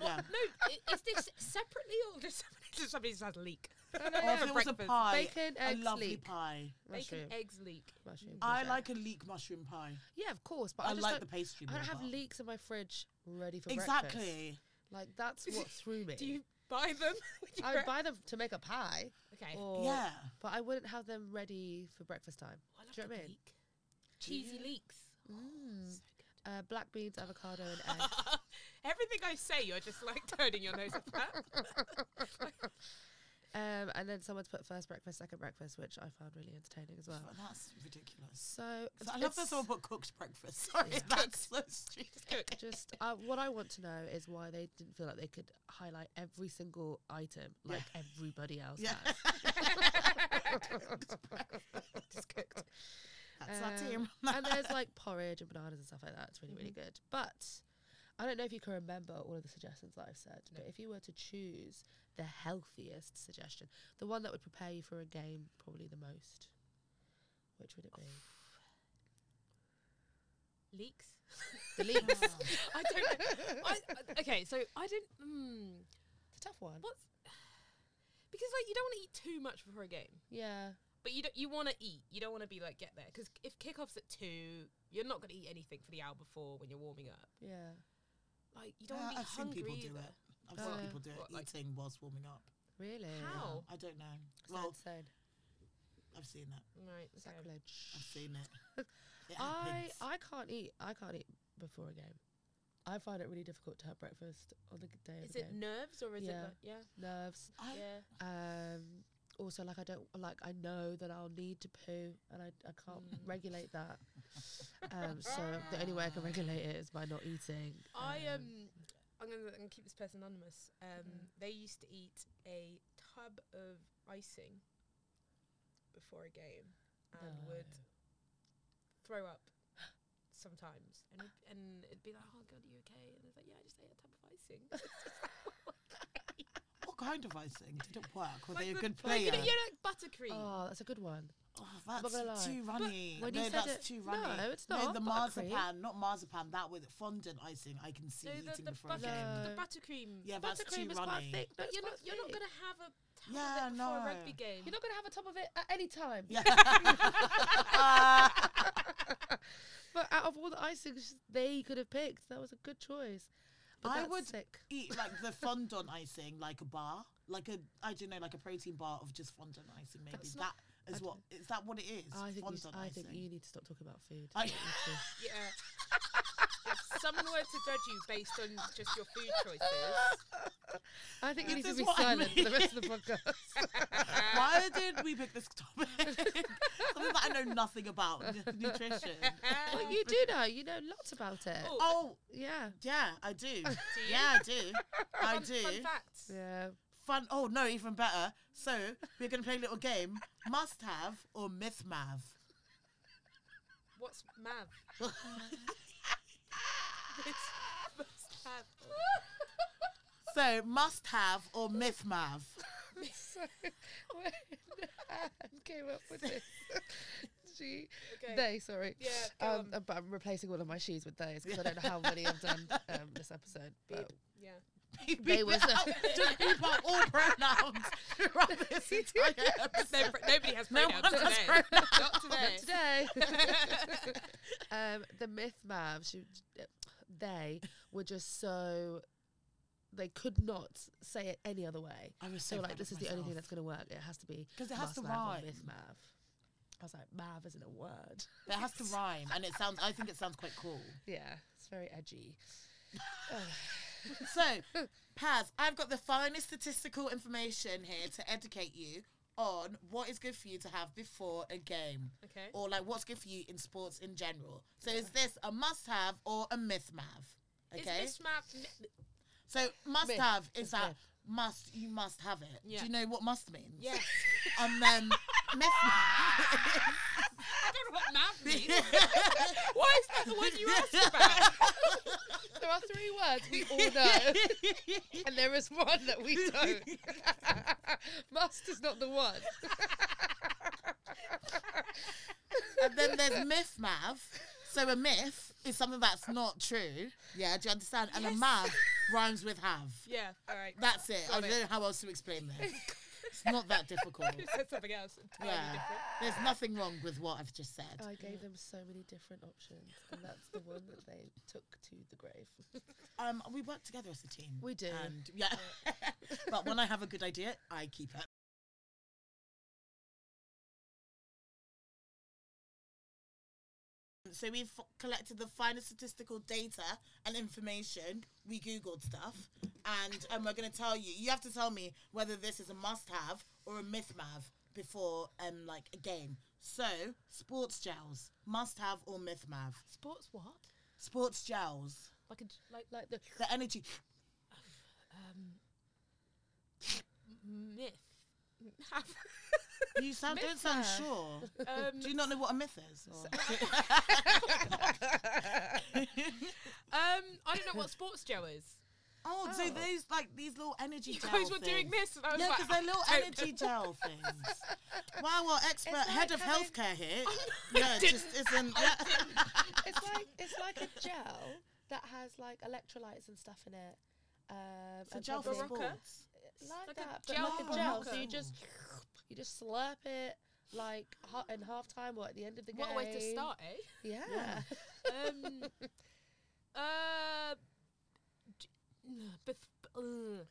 Speaker 1: yeah.
Speaker 3: No, i- is this separately or does somebody, does somebody just has leak?
Speaker 2: no, no,
Speaker 1: Or Oh, if it
Speaker 2: no.
Speaker 1: was a
Speaker 3: breakfast.
Speaker 1: pie,
Speaker 2: Bacon,
Speaker 1: a
Speaker 2: eggs,
Speaker 1: lovely
Speaker 2: leek.
Speaker 1: pie.
Speaker 2: Mushroom.
Speaker 3: Bacon, eggs, leek.
Speaker 2: Mushroom.
Speaker 1: I
Speaker 2: courgette.
Speaker 1: like a leek mushroom pie.
Speaker 2: Yeah, of course, but I,
Speaker 1: I,
Speaker 2: just
Speaker 1: like the
Speaker 2: don't,
Speaker 1: pastry.
Speaker 2: I don't
Speaker 1: more,
Speaker 2: have
Speaker 1: but-
Speaker 2: leeks in my fridge ready for breakfast.
Speaker 1: Exactly.
Speaker 2: Like that's what threw me.
Speaker 3: Do you buy them? when you
Speaker 2: I
Speaker 3: prep?
Speaker 2: would buy them to make a pie,
Speaker 3: okay.
Speaker 2: or
Speaker 1: Yeah.
Speaker 2: but I wouldn't have them ready for breakfast time.
Speaker 1: Oh,
Speaker 3: I love
Speaker 2: do you know what I
Speaker 3: good
Speaker 2: mean?
Speaker 3: leek. Cheesy leeks.
Speaker 2: Mm.
Speaker 3: So good.
Speaker 2: Uh, black beans, avocado, and
Speaker 3: Oh,
Speaker 2: egg.
Speaker 3: Everything I say, you're just like turning your nose at that.
Speaker 2: Um, and then someone's put first breakfast, second breakfast, which I found really entertaining as well.
Speaker 1: That's ridiculous.
Speaker 2: So,
Speaker 1: So I love that
Speaker 2: it's
Speaker 1: someone put cooked breakfast. Sorry,
Speaker 2: Yeah.
Speaker 1: that's so stupid.
Speaker 3: Good.
Speaker 2: Just uh, what I want to know is why they didn't feel like they could highlight every single item like everybody else
Speaker 1: Yeah.
Speaker 2: has.
Speaker 3: Just cooked.
Speaker 1: That's our
Speaker 2: Um,
Speaker 1: team. Mm-hmm.
Speaker 2: and there's like porridge and bananas and stuff like that. It's really, really good. But I don't know if you can remember all of the suggestions that I've said, but if you were to choose the healthiest suggestion, the one that would prepare you for a game probably the most, which would it be?
Speaker 3: Leeks.
Speaker 2: The leeks.
Speaker 1: Ah.
Speaker 3: I don't know.
Speaker 1: Oh.
Speaker 3: I, I- okay, so I didn't. Mm,
Speaker 2: It's a tough one.
Speaker 3: what's. Because, like, you don't want to eat too much before a game.
Speaker 2: Yeah.
Speaker 3: But you don't, you want to eat. You don't want to be like get there because if kickoff's at two, you're not going to eat anything for the hour before when you're warming up.
Speaker 2: Yeah.
Speaker 3: Like you don't
Speaker 1: Uh,
Speaker 3: want to be
Speaker 1: I've seen
Speaker 3: hungry
Speaker 1: people do
Speaker 3: either.
Speaker 1: it. I've
Speaker 2: Uh,
Speaker 1: seen people do it
Speaker 3: What, like-
Speaker 1: eating whilst warming up.
Speaker 2: Really?
Speaker 3: How?
Speaker 1: I don't know.
Speaker 2: It's
Speaker 1: Well,
Speaker 2: insane.
Speaker 1: I've seen that.
Speaker 3: Right. okay.
Speaker 1: I've
Speaker 2: Sacrilege.
Speaker 1: seen it. It
Speaker 2: I
Speaker 1: happens.
Speaker 2: I can't eat. I can't eat before a game. I find it really difficult to have breakfast on the g- day of
Speaker 3: Is
Speaker 2: the
Speaker 3: it
Speaker 2: game.
Speaker 3: nerves or is
Speaker 2: Yeah.
Speaker 3: it like, yeah,
Speaker 2: Nerves.
Speaker 1: I-
Speaker 3: yeah?
Speaker 2: Um. Also, like I don't like. I know that I'll need to poo, and I I can't
Speaker 3: Mm.
Speaker 2: regulate that. um. So the only way I can regulate it is by not eating.
Speaker 3: I um, I'm gonna, I'm gonna keep this person anonymous. Um, they used to eat a tub of icing before a game and would throw up sometimes, and it'd, and it'd be like, "Oh God, are you okay?" And it's like, "Yeah, I just ate a tub of icing." It's just like, okay.
Speaker 1: What kind of icing? Did it work? Were
Speaker 3: Like
Speaker 1: they a
Speaker 3: the-
Speaker 1: good
Speaker 3: Like,
Speaker 1: player?
Speaker 3: you know, you know, like buttercream.
Speaker 2: Oh, that's a good one.
Speaker 1: Oh,
Speaker 2: not
Speaker 1: that's
Speaker 2: gonna lie.
Speaker 1: too runny.
Speaker 2: when
Speaker 1: no,
Speaker 2: you said
Speaker 1: that's
Speaker 2: it-
Speaker 1: too runny.
Speaker 2: no, it's
Speaker 1: No,
Speaker 2: not,
Speaker 1: the
Speaker 2: buttercream.
Speaker 1: marzipan, not marzipan. That with fondant icing, I can see
Speaker 3: no,
Speaker 1: eating
Speaker 3: the, the,
Speaker 1: before a
Speaker 3: butter,
Speaker 1: game.
Speaker 2: No.
Speaker 3: the buttercream.
Speaker 1: Yeah, that's too
Speaker 2: Buttercream is quite
Speaker 1: runny.
Speaker 2: thick. No,
Speaker 3: But
Speaker 2: it's
Speaker 3: you're not
Speaker 2: quite
Speaker 3: you're not
Speaker 2: thick.
Speaker 3: gonna have a tub
Speaker 1: Yeah,
Speaker 3: of it before
Speaker 1: no.
Speaker 3: a rugby game.
Speaker 2: You're not gonna have a top of it at any time.
Speaker 1: Yeah.
Speaker 2: But out of all the icings they could have picked, that was a good choice. But
Speaker 1: I
Speaker 2: that's
Speaker 1: would-
Speaker 2: sick.
Speaker 1: Eat like the fondant icing, like a bar, like a I don't know, like a protein bar of just fondant icing. Maybe
Speaker 2: That's
Speaker 1: that
Speaker 2: not-
Speaker 1: is
Speaker 2: I
Speaker 1: what is that what it is?
Speaker 2: I think, you,
Speaker 1: fondant
Speaker 2: s- I
Speaker 1: icing.
Speaker 2: think you need to stop talking about food.
Speaker 1: I-
Speaker 3: Yeah. if someone were to judge you based on just your food choices,
Speaker 2: I think you
Speaker 1: This
Speaker 2: need to
Speaker 1: is
Speaker 2: be
Speaker 1: what I
Speaker 2: silent for the rest of the podcast.
Speaker 3: uh-huh.
Speaker 1: Why did we pick this topic? Something that I know nothing about nu- nutrition.
Speaker 2: well, you do know. You know lots about it.
Speaker 3: Oh,
Speaker 1: Oh
Speaker 2: Yeah.
Speaker 1: yeah, I do.
Speaker 3: you?
Speaker 1: Yeah, I do. I
Speaker 3: fun,
Speaker 1: do.
Speaker 3: Fun facts.
Speaker 2: Yeah.
Speaker 1: Fun. Oh no, even better. So we're gonna play a little game: must have or myth mav.
Speaker 3: What's Mav? It's must have.
Speaker 1: So must have or myth mav.
Speaker 2: So, when Anne came up with this, she,
Speaker 3: Okay.
Speaker 2: they, sorry.
Speaker 3: Yeah, go
Speaker 2: Um,
Speaker 3: on.
Speaker 2: uh, but I'm replacing all of my she's with those because I don't know how many I've done um, this episode. But
Speaker 3: Yeah.
Speaker 2: They was-
Speaker 1: out. Just beep out all pronouns throughout this entire episode.
Speaker 3: No, pr- nobody has
Speaker 1: No
Speaker 3: pronouns
Speaker 1: one
Speaker 3: today.
Speaker 1: has pronouns.
Speaker 3: Not today.
Speaker 2: But today, um, the myth man, she, they were just so they could not say it any other way.
Speaker 1: I was
Speaker 2: So,
Speaker 1: so
Speaker 2: like, this is the only thing that's going to work. It has to be
Speaker 1: 'Cause it has
Speaker 2: Mav
Speaker 1: to
Speaker 2: Mav or
Speaker 1: rhyme.
Speaker 2: Myth Mav. I was like, Mav isn't a word.
Speaker 1: It has to rhyme, and it sounds. I think it sounds quite cool.
Speaker 2: Yeah, it's very edgy.
Speaker 1: So, Paz, I've got the finest statistical information here to educate you on what is good for you to have before a game,
Speaker 3: Okay.
Speaker 1: or like what's good for you in sports in general. So, is this a must-have or a myth-mav? Okay.
Speaker 3: Is this map? mi-
Speaker 1: so,
Speaker 2: Myth.
Speaker 1: must-have is
Speaker 2: It's
Speaker 1: that
Speaker 2: myth.
Speaker 1: must you must have it.
Speaker 3: Yeah.
Speaker 1: Do you know what must means?
Speaker 3: Yes.
Speaker 1: And then myth-mav.
Speaker 3: I don't know what Mav means. Why is that the one you asked about?
Speaker 2: There are three words we all know, and there is one that we don't. Must is not the one.
Speaker 1: and then there's myth mav. So a myth is something that's not true. Yeah, do you understand? And a
Speaker 3: Yes.
Speaker 1: mav rhymes with have.
Speaker 3: Yeah. All right.
Speaker 1: That's it. I
Speaker 3: Got
Speaker 1: don't
Speaker 3: it.
Speaker 1: know how else to explain this. It's not that difficult.
Speaker 3: You said something else entirely
Speaker 1: Yeah.
Speaker 3: different.
Speaker 1: There's nothing wrong with what I've just said.
Speaker 2: I gave them so many different options, and that's the one that they took to the grave.
Speaker 1: Um, we work together as a team.
Speaker 2: We do.
Speaker 1: And yeah. but when I have a good idea, I keep it. So we've f- collected the finest statistical data and information. We googled stuff, and um, we're going to tell you. You have to tell me whether this is a must-have or a myth-mav before um like a game. So sports gels, must-have or myth-mav?
Speaker 3: Sports what?
Speaker 1: Sports gels,
Speaker 3: Like a j- like
Speaker 2: Like the
Speaker 1: the energy.
Speaker 3: um m- myth.
Speaker 1: You sound don't sound
Speaker 2: Myth-mav.
Speaker 1: sure.
Speaker 3: um,
Speaker 1: Do you not know what a myth is? or-
Speaker 3: Oh. um, I don't know what sports gel is.
Speaker 1: oh, so
Speaker 2: Oh.
Speaker 1: those like these little energy
Speaker 3: You
Speaker 1: gel
Speaker 3: guys were doing
Speaker 1: things.
Speaker 3: this, and I was
Speaker 1: Yeah,
Speaker 3: like,
Speaker 1: because they're little
Speaker 3: I don't
Speaker 1: energy
Speaker 3: know.
Speaker 1: gel things. Wow, our expert
Speaker 2: like
Speaker 1: head of
Speaker 2: having-
Speaker 1: healthcare here. yeah, it just isn't. Yeah.
Speaker 2: it's like it's like a gel that has like electrolytes and stuff in it. Um,
Speaker 1: It's a
Speaker 2: and
Speaker 1: gel for
Speaker 2: probably-
Speaker 3: Barocca?
Speaker 1: sports.
Speaker 2: like,
Speaker 3: Like a
Speaker 2: that, but
Speaker 3: gel
Speaker 2: like a
Speaker 1: for
Speaker 2: gel. So
Speaker 1: Barocca.
Speaker 2: you just you just slurp it like ha- in half time or at the end of the
Speaker 3: What
Speaker 2: game.
Speaker 3: a way to start, eh?
Speaker 2: Yeah.
Speaker 1: Yeah.
Speaker 3: Um, uh, Bef- ugh.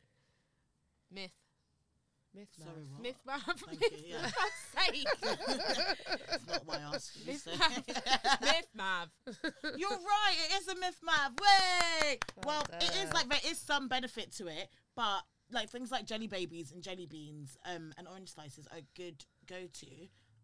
Speaker 3: myth.
Speaker 2: Myth
Speaker 1: Sorry,
Speaker 2: math.
Speaker 1: what?
Speaker 3: Myth math.
Speaker 1: Thank
Speaker 3: myth,
Speaker 1: you, yeah.
Speaker 3: for fuck's sake.
Speaker 1: That's not why I asked you.
Speaker 3: myth
Speaker 1: so.
Speaker 3: math. myth math.
Speaker 1: You're right. It is a myth, math. Way.
Speaker 2: Well
Speaker 1: Well, it is
Speaker 2: done.
Speaker 1: like there is some benefit to it, but like things like jelly babies and jelly beans um, and orange slices are good go to.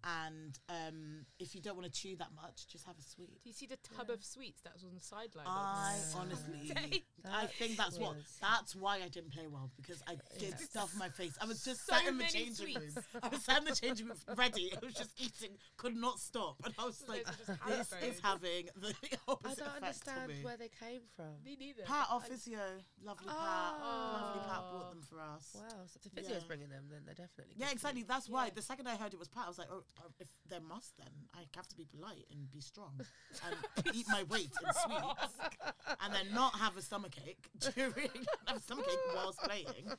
Speaker 1: And um, if you don't want to chew that much, just have a sweet.
Speaker 3: Do you see the tub of sweets that was on the sideline?
Speaker 1: I
Speaker 3: on the
Speaker 1: honestly,
Speaker 3: day?
Speaker 1: I
Speaker 2: That
Speaker 1: think that's what.
Speaker 2: was-
Speaker 1: That's why I didn't play well because I did
Speaker 2: Yes.
Speaker 1: stuff my face. I was just
Speaker 3: So
Speaker 1: sat in the
Speaker 3: many
Speaker 1: changing
Speaker 3: sweets.
Speaker 1: room. I was sat in the changing room, ready. I was just eating, could not stop, and I was like,
Speaker 3: Those are
Speaker 1: "This
Speaker 3: just
Speaker 1: is
Speaker 3: hand phones.
Speaker 1: having the
Speaker 2: I
Speaker 1: opposite
Speaker 2: don't
Speaker 1: effect on
Speaker 2: understand
Speaker 1: me."
Speaker 2: where they came from.
Speaker 3: Me neither.
Speaker 1: Pat, our physio, lovely Pat, lovely Pat
Speaker 3: Oh.
Speaker 1: bought them for us.
Speaker 2: Wow, so if the physio's
Speaker 1: Yeah.
Speaker 2: bringing them, then they're definitely.
Speaker 1: Yeah,
Speaker 2: good
Speaker 1: exactly. That's why
Speaker 3: Yeah.
Speaker 1: the second I heard it was Pat, I was like, "Oh, uh, if there must, then I have to be polite and be strong and eat my weight in sweets."
Speaker 3: Sweets.
Speaker 1: and then not have a stomachache during have a stomachache whilst playing.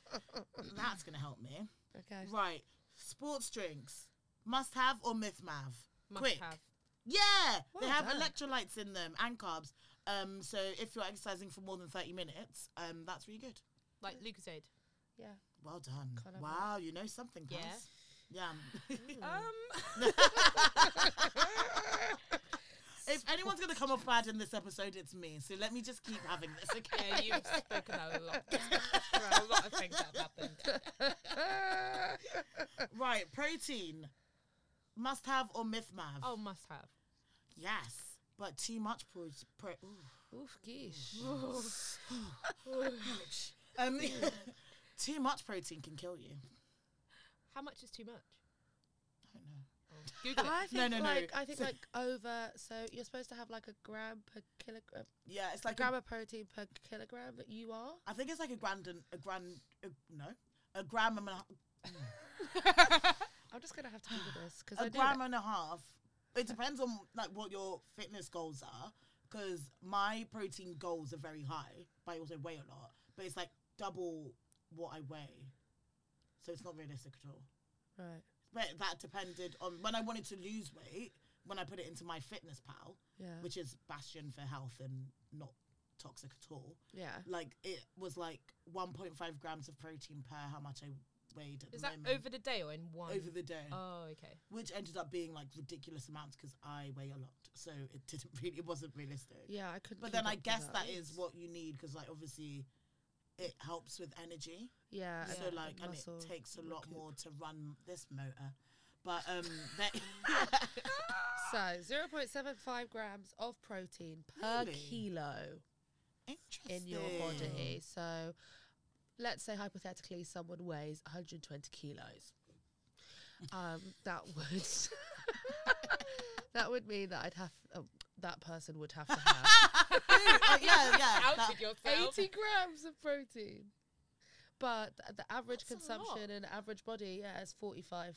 Speaker 1: That's gonna help me.
Speaker 2: for you. Okay.
Speaker 1: Right, sports drinks must have or myth mav.
Speaker 3: Must
Speaker 1: Quick.
Speaker 3: have.
Speaker 1: Yeah, they
Speaker 2: Well
Speaker 1: have
Speaker 2: done.
Speaker 1: electrolytes in them and carbs. Um, so if you're exercising for more than thirty minutes, um, that's really good.
Speaker 3: Like Lucasade.
Speaker 2: Yeah.
Speaker 1: Well done.
Speaker 2: Can't have
Speaker 1: Wow, you know something,
Speaker 3: Yeah.
Speaker 1: Paz. Yeah.
Speaker 3: Um,
Speaker 1: if anyone's gonna come off bad in this episode, it's me. So let me just keep having this, okay?
Speaker 3: yeah, you've spoken a lot. There are a lot of things that have happened.
Speaker 1: right, protein. Must have or myth mav.
Speaker 3: Oh, must have.
Speaker 1: Yes, but too much pro. pro- ooh.
Speaker 2: Oof, geesh.
Speaker 1: um, too much protein can kill you.
Speaker 3: How much is too much?
Speaker 1: I don't know.
Speaker 3: Google it.
Speaker 2: I
Speaker 1: No,
Speaker 2: think
Speaker 1: no, no.
Speaker 2: like I think
Speaker 1: So-
Speaker 2: like over. So you're supposed to have like a gram per kilogram,
Speaker 1: Yeah, it's
Speaker 2: a
Speaker 1: like
Speaker 2: gram
Speaker 1: a,
Speaker 2: of protein per kilogram. But you are.
Speaker 1: I think it's like a grand and a grand a, no a gram and a,
Speaker 2: I'm just gonna have to Google this because
Speaker 1: a
Speaker 2: I do.
Speaker 1: gram and a half. It depends on like what your fitness goals are, because my protein goals are very high, but I also weigh a lot. But it's like double what I weigh, so it's not realistic at all.
Speaker 2: Right.
Speaker 1: But that depended on when I wanted to lose weight. When I put it into my fitness pal,
Speaker 2: Yeah.
Speaker 1: which is bastion for health and not toxic at all.
Speaker 2: yeah.
Speaker 1: Like it was like 1.5 grams of protein per how much I weighed at
Speaker 3: Is
Speaker 1: the
Speaker 3: that
Speaker 1: moment
Speaker 3: over the day or in one?
Speaker 1: over the day,
Speaker 3: Oh, okay.
Speaker 1: which ended up being like ridiculous amounts because I weigh a lot, so it didn't really it wasn't realistic.
Speaker 2: Yeah. I couldn't.
Speaker 1: But
Speaker 2: keep
Speaker 1: then I
Speaker 2: up with
Speaker 1: guess that is what you need because like obviously it helps with energy,
Speaker 2: Uh, Yeah.
Speaker 1: so
Speaker 2: and
Speaker 1: like and
Speaker 2: muscle
Speaker 1: it takes a lot
Speaker 2: recoup.
Speaker 1: more to run this motor. But um, that
Speaker 2: So 0.75 grams of protein per
Speaker 1: Really?
Speaker 2: kilo in
Speaker 1: interesting
Speaker 2: your body. So let's say hypothetically someone weighs 120 kilos. Um, that would that would mean that I'd have um, that person would have to have
Speaker 1: Uh, yeah, yeah. that-
Speaker 3: Outed yourself.
Speaker 2: 80 grams of protein. But th- the average
Speaker 3: That's a lot.
Speaker 2: consumption in an average body, yeah, is 45,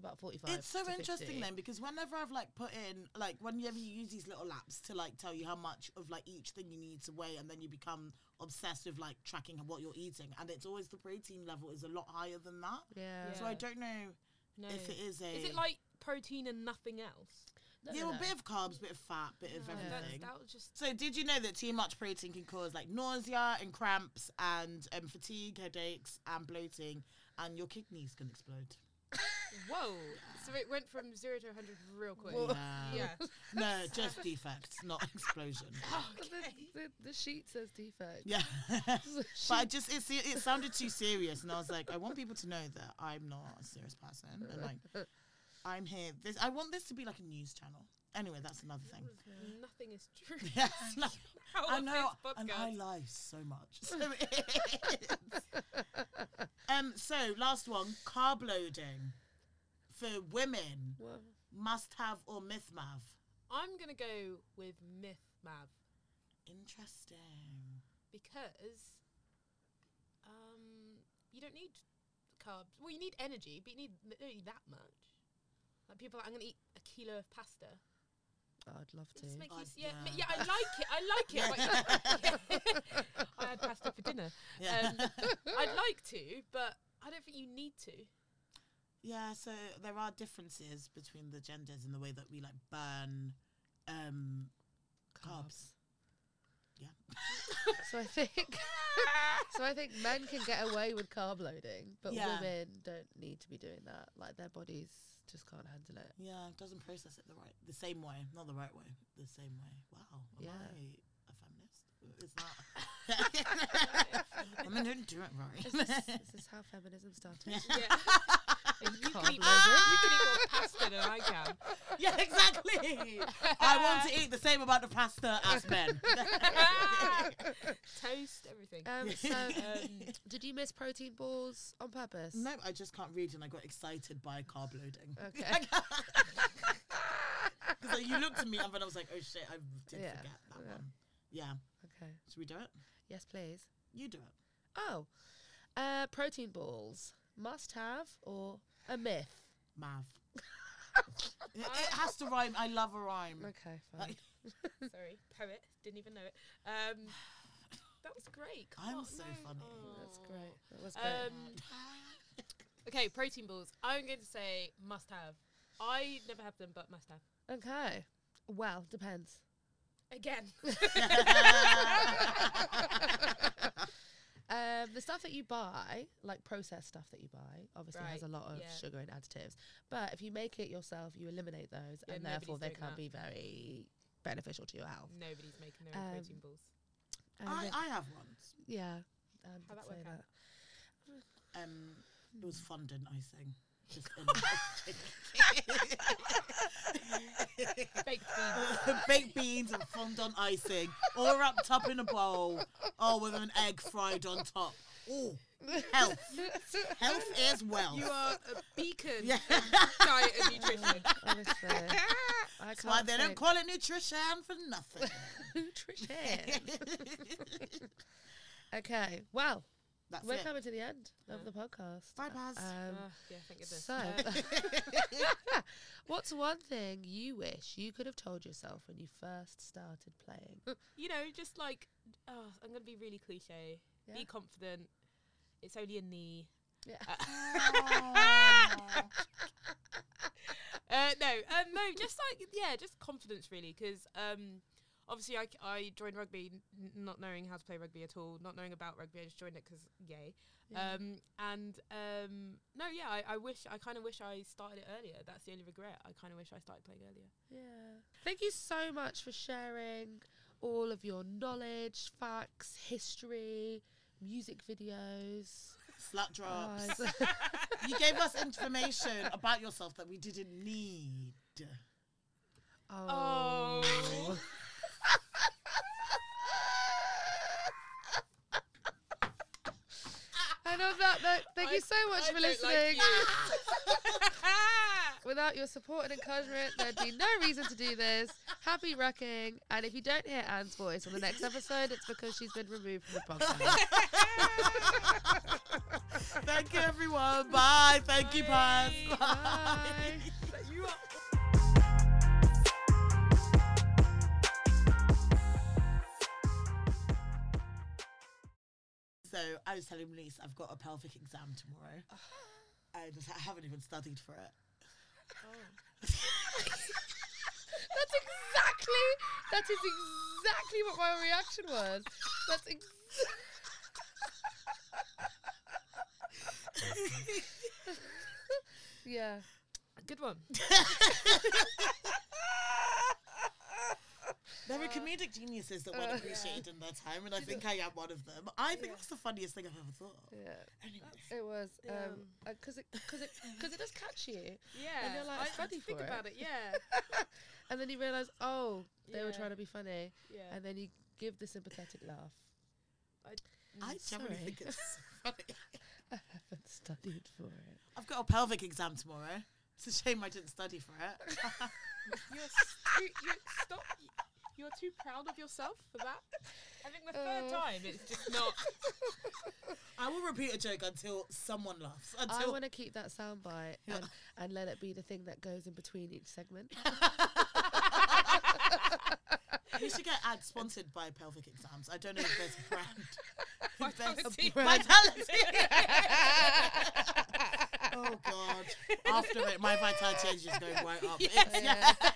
Speaker 2: about 45.
Speaker 1: It's so
Speaker 2: to
Speaker 1: interesting
Speaker 2: 50.
Speaker 1: then because whenever I've like put in like whenever you use these little apps to like tell you how much of like each thing you need to weigh and then you become obsessed with like tracking what you're eating and it's always the protein level is a lot higher than that.
Speaker 2: Yeah.
Speaker 1: So I
Speaker 3: Yeah.
Speaker 1: don't know
Speaker 3: No.
Speaker 1: if it is a
Speaker 3: Is it like protein and nothing else?
Speaker 2: No,
Speaker 1: yeah,
Speaker 2: no,
Speaker 1: well,
Speaker 2: no.
Speaker 1: bit of carbs, bit of fat, bit of
Speaker 3: No, that's-
Speaker 1: everything.
Speaker 3: That was just.
Speaker 1: So did you know that too much protein can cause like nausea and cramps and um, fatigue, headaches and bloating and your kidneys can explode.
Speaker 3: Whoa. So it went from zero to 100 real quick.
Speaker 2: Well-
Speaker 1: Yeah.
Speaker 3: Yeah.
Speaker 1: no, just defects, not explosion.
Speaker 2: But the, the, the sheet says defect.
Speaker 1: Yeah.
Speaker 2: So she-
Speaker 1: But I just it, se- it sounded too serious, and I was like, I want people to know that I'm not a serious person, and like I'm here. This I want this to be like a news channel. Anyway, that's another thing.
Speaker 3: Nothing is true.
Speaker 1: Yes, like,
Speaker 3: How
Speaker 1: I
Speaker 3: is
Speaker 1: know,
Speaker 3: this
Speaker 1: and
Speaker 3: podcast?
Speaker 1: I lie so much. So it is. um, so last one, carb loading for women
Speaker 2: Well,
Speaker 1: must have or myth mav.
Speaker 3: I'm going to go with Myth Mav
Speaker 1: Interesting.
Speaker 3: because um, you don't need carbs. Well, you need energy, but you need you don't need that much. Like people, are like, I'm going to eat a kilo of pasta.
Speaker 2: I'd love to.
Speaker 3: Just make you,
Speaker 1: I'd-
Speaker 3: s- yeah, ma-
Speaker 1: Oh, yeah.
Speaker 3: yeah, I like it. I like it. but you- I had pasta for dinner.
Speaker 1: Yeah.
Speaker 3: Um, I'd like to, but I don't think you need to.
Speaker 1: Yeah, so there are differences between the genders in the way that we like burn um carbs. Yeah.
Speaker 2: so I think so I think men can get away with carb loading, but
Speaker 1: Yeah.
Speaker 2: women don't need to be doing that. Like their bodies just can't handle it.
Speaker 1: Yeah, it doesn't process it the right, the same way, not the right way, the same way. Wow, am
Speaker 2: Yeah.
Speaker 1: I a feminist? It's not. Women don't do it
Speaker 2: Is
Speaker 1: right.
Speaker 2: this, is this how feminism started?
Speaker 3: Yeah.
Speaker 2: With
Speaker 3: You
Speaker 2: carb
Speaker 3: can, eat, you
Speaker 2: loading?
Speaker 3: can eat more pasta than I can.
Speaker 1: yeah, exactly. I want to eat the same amount of pasta as men.
Speaker 3: Toast, everything.
Speaker 2: Um, so,
Speaker 3: Um,
Speaker 2: did you miss protein balls on purpose?
Speaker 1: no, I just can't read, and I got excited by carb loading.
Speaker 2: Okay.
Speaker 1: Because you looked at me, and then I was like, "Oh shit, I did
Speaker 2: Yeah,
Speaker 1: forget that
Speaker 2: yeah.
Speaker 1: one." Yeah,
Speaker 2: Okay.
Speaker 1: should we do it?
Speaker 2: Yes, please.
Speaker 1: You do it.
Speaker 2: Oh, uh, protein balls. Must have or a myth?
Speaker 1: Mav. it, it has to rhyme. I love a rhyme.
Speaker 2: Okay, fine.
Speaker 1: Like-
Speaker 3: Sorry, poet. Didn't even know it. Um, that was great. Come
Speaker 1: I'm
Speaker 3: on,
Speaker 1: so
Speaker 3: no.
Speaker 1: funny.
Speaker 2: That's
Speaker 3: Oh.
Speaker 2: great. That was great.
Speaker 3: Um, okay, protein balls. I'm going to say must have. I never have them, but must have.
Speaker 2: okay. Well, depends.
Speaker 3: Again.
Speaker 2: Um, the stuff that you buy, like processed stuff that you buy, obviously has a
Speaker 3: Right,
Speaker 2: lot of
Speaker 3: yeah.
Speaker 2: sugar and additives. But if you make it yourself, you eliminate those,
Speaker 3: Yeah,
Speaker 2: and
Speaker 3: nobody's
Speaker 2: therefore they
Speaker 3: doing
Speaker 2: can
Speaker 3: that.
Speaker 2: be very beneficial to your health.
Speaker 3: Nobody's making their
Speaker 2: Um,
Speaker 3: own protein balls.
Speaker 2: And
Speaker 1: I,
Speaker 2: then-
Speaker 1: I have ones.
Speaker 2: yeah, um, did
Speaker 3: How'd that
Speaker 2: say
Speaker 3: work out?
Speaker 2: that.
Speaker 1: Um, it was fondant icing. Just in-
Speaker 3: Baked beans.
Speaker 1: baked beans and fondant icing, all wrapped up in a bowl. Oh, with an egg fried on top. Oh, health. Health is wealth.
Speaker 2: Oh.
Speaker 3: You are a beacon
Speaker 1: Yeah.
Speaker 3: of diet and nutrition.
Speaker 2: Honestly, I
Speaker 1: That's why
Speaker 2: can't
Speaker 1: they don't
Speaker 2: think.
Speaker 1: call it nutrition for nothing.
Speaker 2: nutrition. okay, well,
Speaker 1: That's
Speaker 2: we're
Speaker 1: it.
Speaker 2: coming to the end of the
Speaker 3: Yeah.
Speaker 2: podcast.
Speaker 1: Bye, Baz.
Speaker 2: Um,
Speaker 3: Ah, yeah, thank goodness.
Speaker 2: so-
Speaker 3: Uh,
Speaker 2: what's one thing you wish you could have told yourself when you first started playing?
Speaker 3: you know, just like, oh, I'm going to be really cliche.
Speaker 2: Yeah.
Speaker 3: Be confident. It's only a knee.
Speaker 2: Yeah.
Speaker 1: Aw.
Speaker 3: Uh, no, um, no, just like yeah, just confidence really, because um, obviously I, c- I joined rugby n- not knowing how to play rugby at all, not knowing about rugby. I just joined it because yay.
Speaker 2: Yeah.
Speaker 3: Um, and um, no, yeah, I, I wish I kind of wish I started it earlier. That's the only regret. I kind of wish I started playing earlier.
Speaker 2: Yeah. Thank you so much for sharing all of your knowledge, facts, history, music videos.
Speaker 1: Slut drops.
Speaker 2: eyes.
Speaker 1: You gave us information about yourself that we didn't need.
Speaker 2: oh.
Speaker 3: Oh.
Speaker 2: and on that note, thank you
Speaker 3: I-
Speaker 2: so much
Speaker 3: I
Speaker 2: for
Speaker 3: don't like
Speaker 2: listening.
Speaker 3: you.
Speaker 2: Without your support and encouragement, there'd be no reason to do this. Happy wrecking. And if you don't hear Anne's voice on the next episode, it's because she's been removed from the podcast.
Speaker 1: Thank you, everyone. Bye. Thank you, Paz.
Speaker 3: Bye.
Speaker 1: Bye.
Speaker 3: But you are
Speaker 1: So I was telling Lise I've got a pelvic exam tomorrow. I, just, I haven't even studied for it.
Speaker 2: Oh. That's exactly. That is exactly what my reaction was. That's ex- yeah.
Speaker 3: a good one.
Speaker 1: There were comedic geniuses that weren't
Speaker 2: uh,
Speaker 1: appreciated in their time, and I think I am one of them. I think that's the funniest thing I've ever thought. of.
Speaker 2: Yeah,
Speaker 1: Anyway,
Speaker 2: it was um
Speaker 3: Um,
Speaker 2: because it because it because it does catch you,
Speaker 3: Yeah.
Speaker 2: you're like,
Speaker 3: I- I
Speaker 2: study
Speaker 3: think
Speaker 2: for it.
Speaker 3: about it. Yeah.
Speaker 2: and then you realize oh they were
Speaker 3: Yeah.
Speaker 2: trying to be funny,
Speaker 3: Yeah.
Speaker 2: and then you give the sympathetic laugh.
Speaker 1: I generally
Speaker 2: sorry.
Speaker 1: think it's so funny.
Speaker 2: I haven't studied for it.
Speaker 1: I've got a pelvic exam tomorrow. It's a shame I didn't study for it.
Speaker 3: You're, s- you, you, stop. You're too proud of yourself for that. I think the
Speaker 2: Oh.
Speaker 3: third time it's just not.
Speaker 1: I will repeat a joke until someone laughs.
Speaker 2: I
Speaker 1: Until
Speaker 2: want to keep that soundbite
Speaker 1: Yeah.
Speaker 2: and, and let it be the thing that goes in between each segment.
Speaker 1: we should get ads sponsored by pelvic exams. I don't know if there's a brand.
Speaker 3: Vitality.
Speaker 2: Brand.
Speaker 1: oh God! After it, my vitality is just going right up. It's-
Speaker 2: Yeah.
Speaker 1: yeah.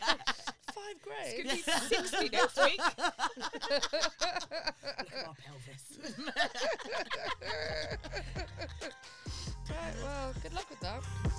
Speaker 2: Five Five grades.
Speaker 3: It's going to be 60 next week.
Speaker 1: Look at our pelvis.
Speaker 2: right, well, good luck with that.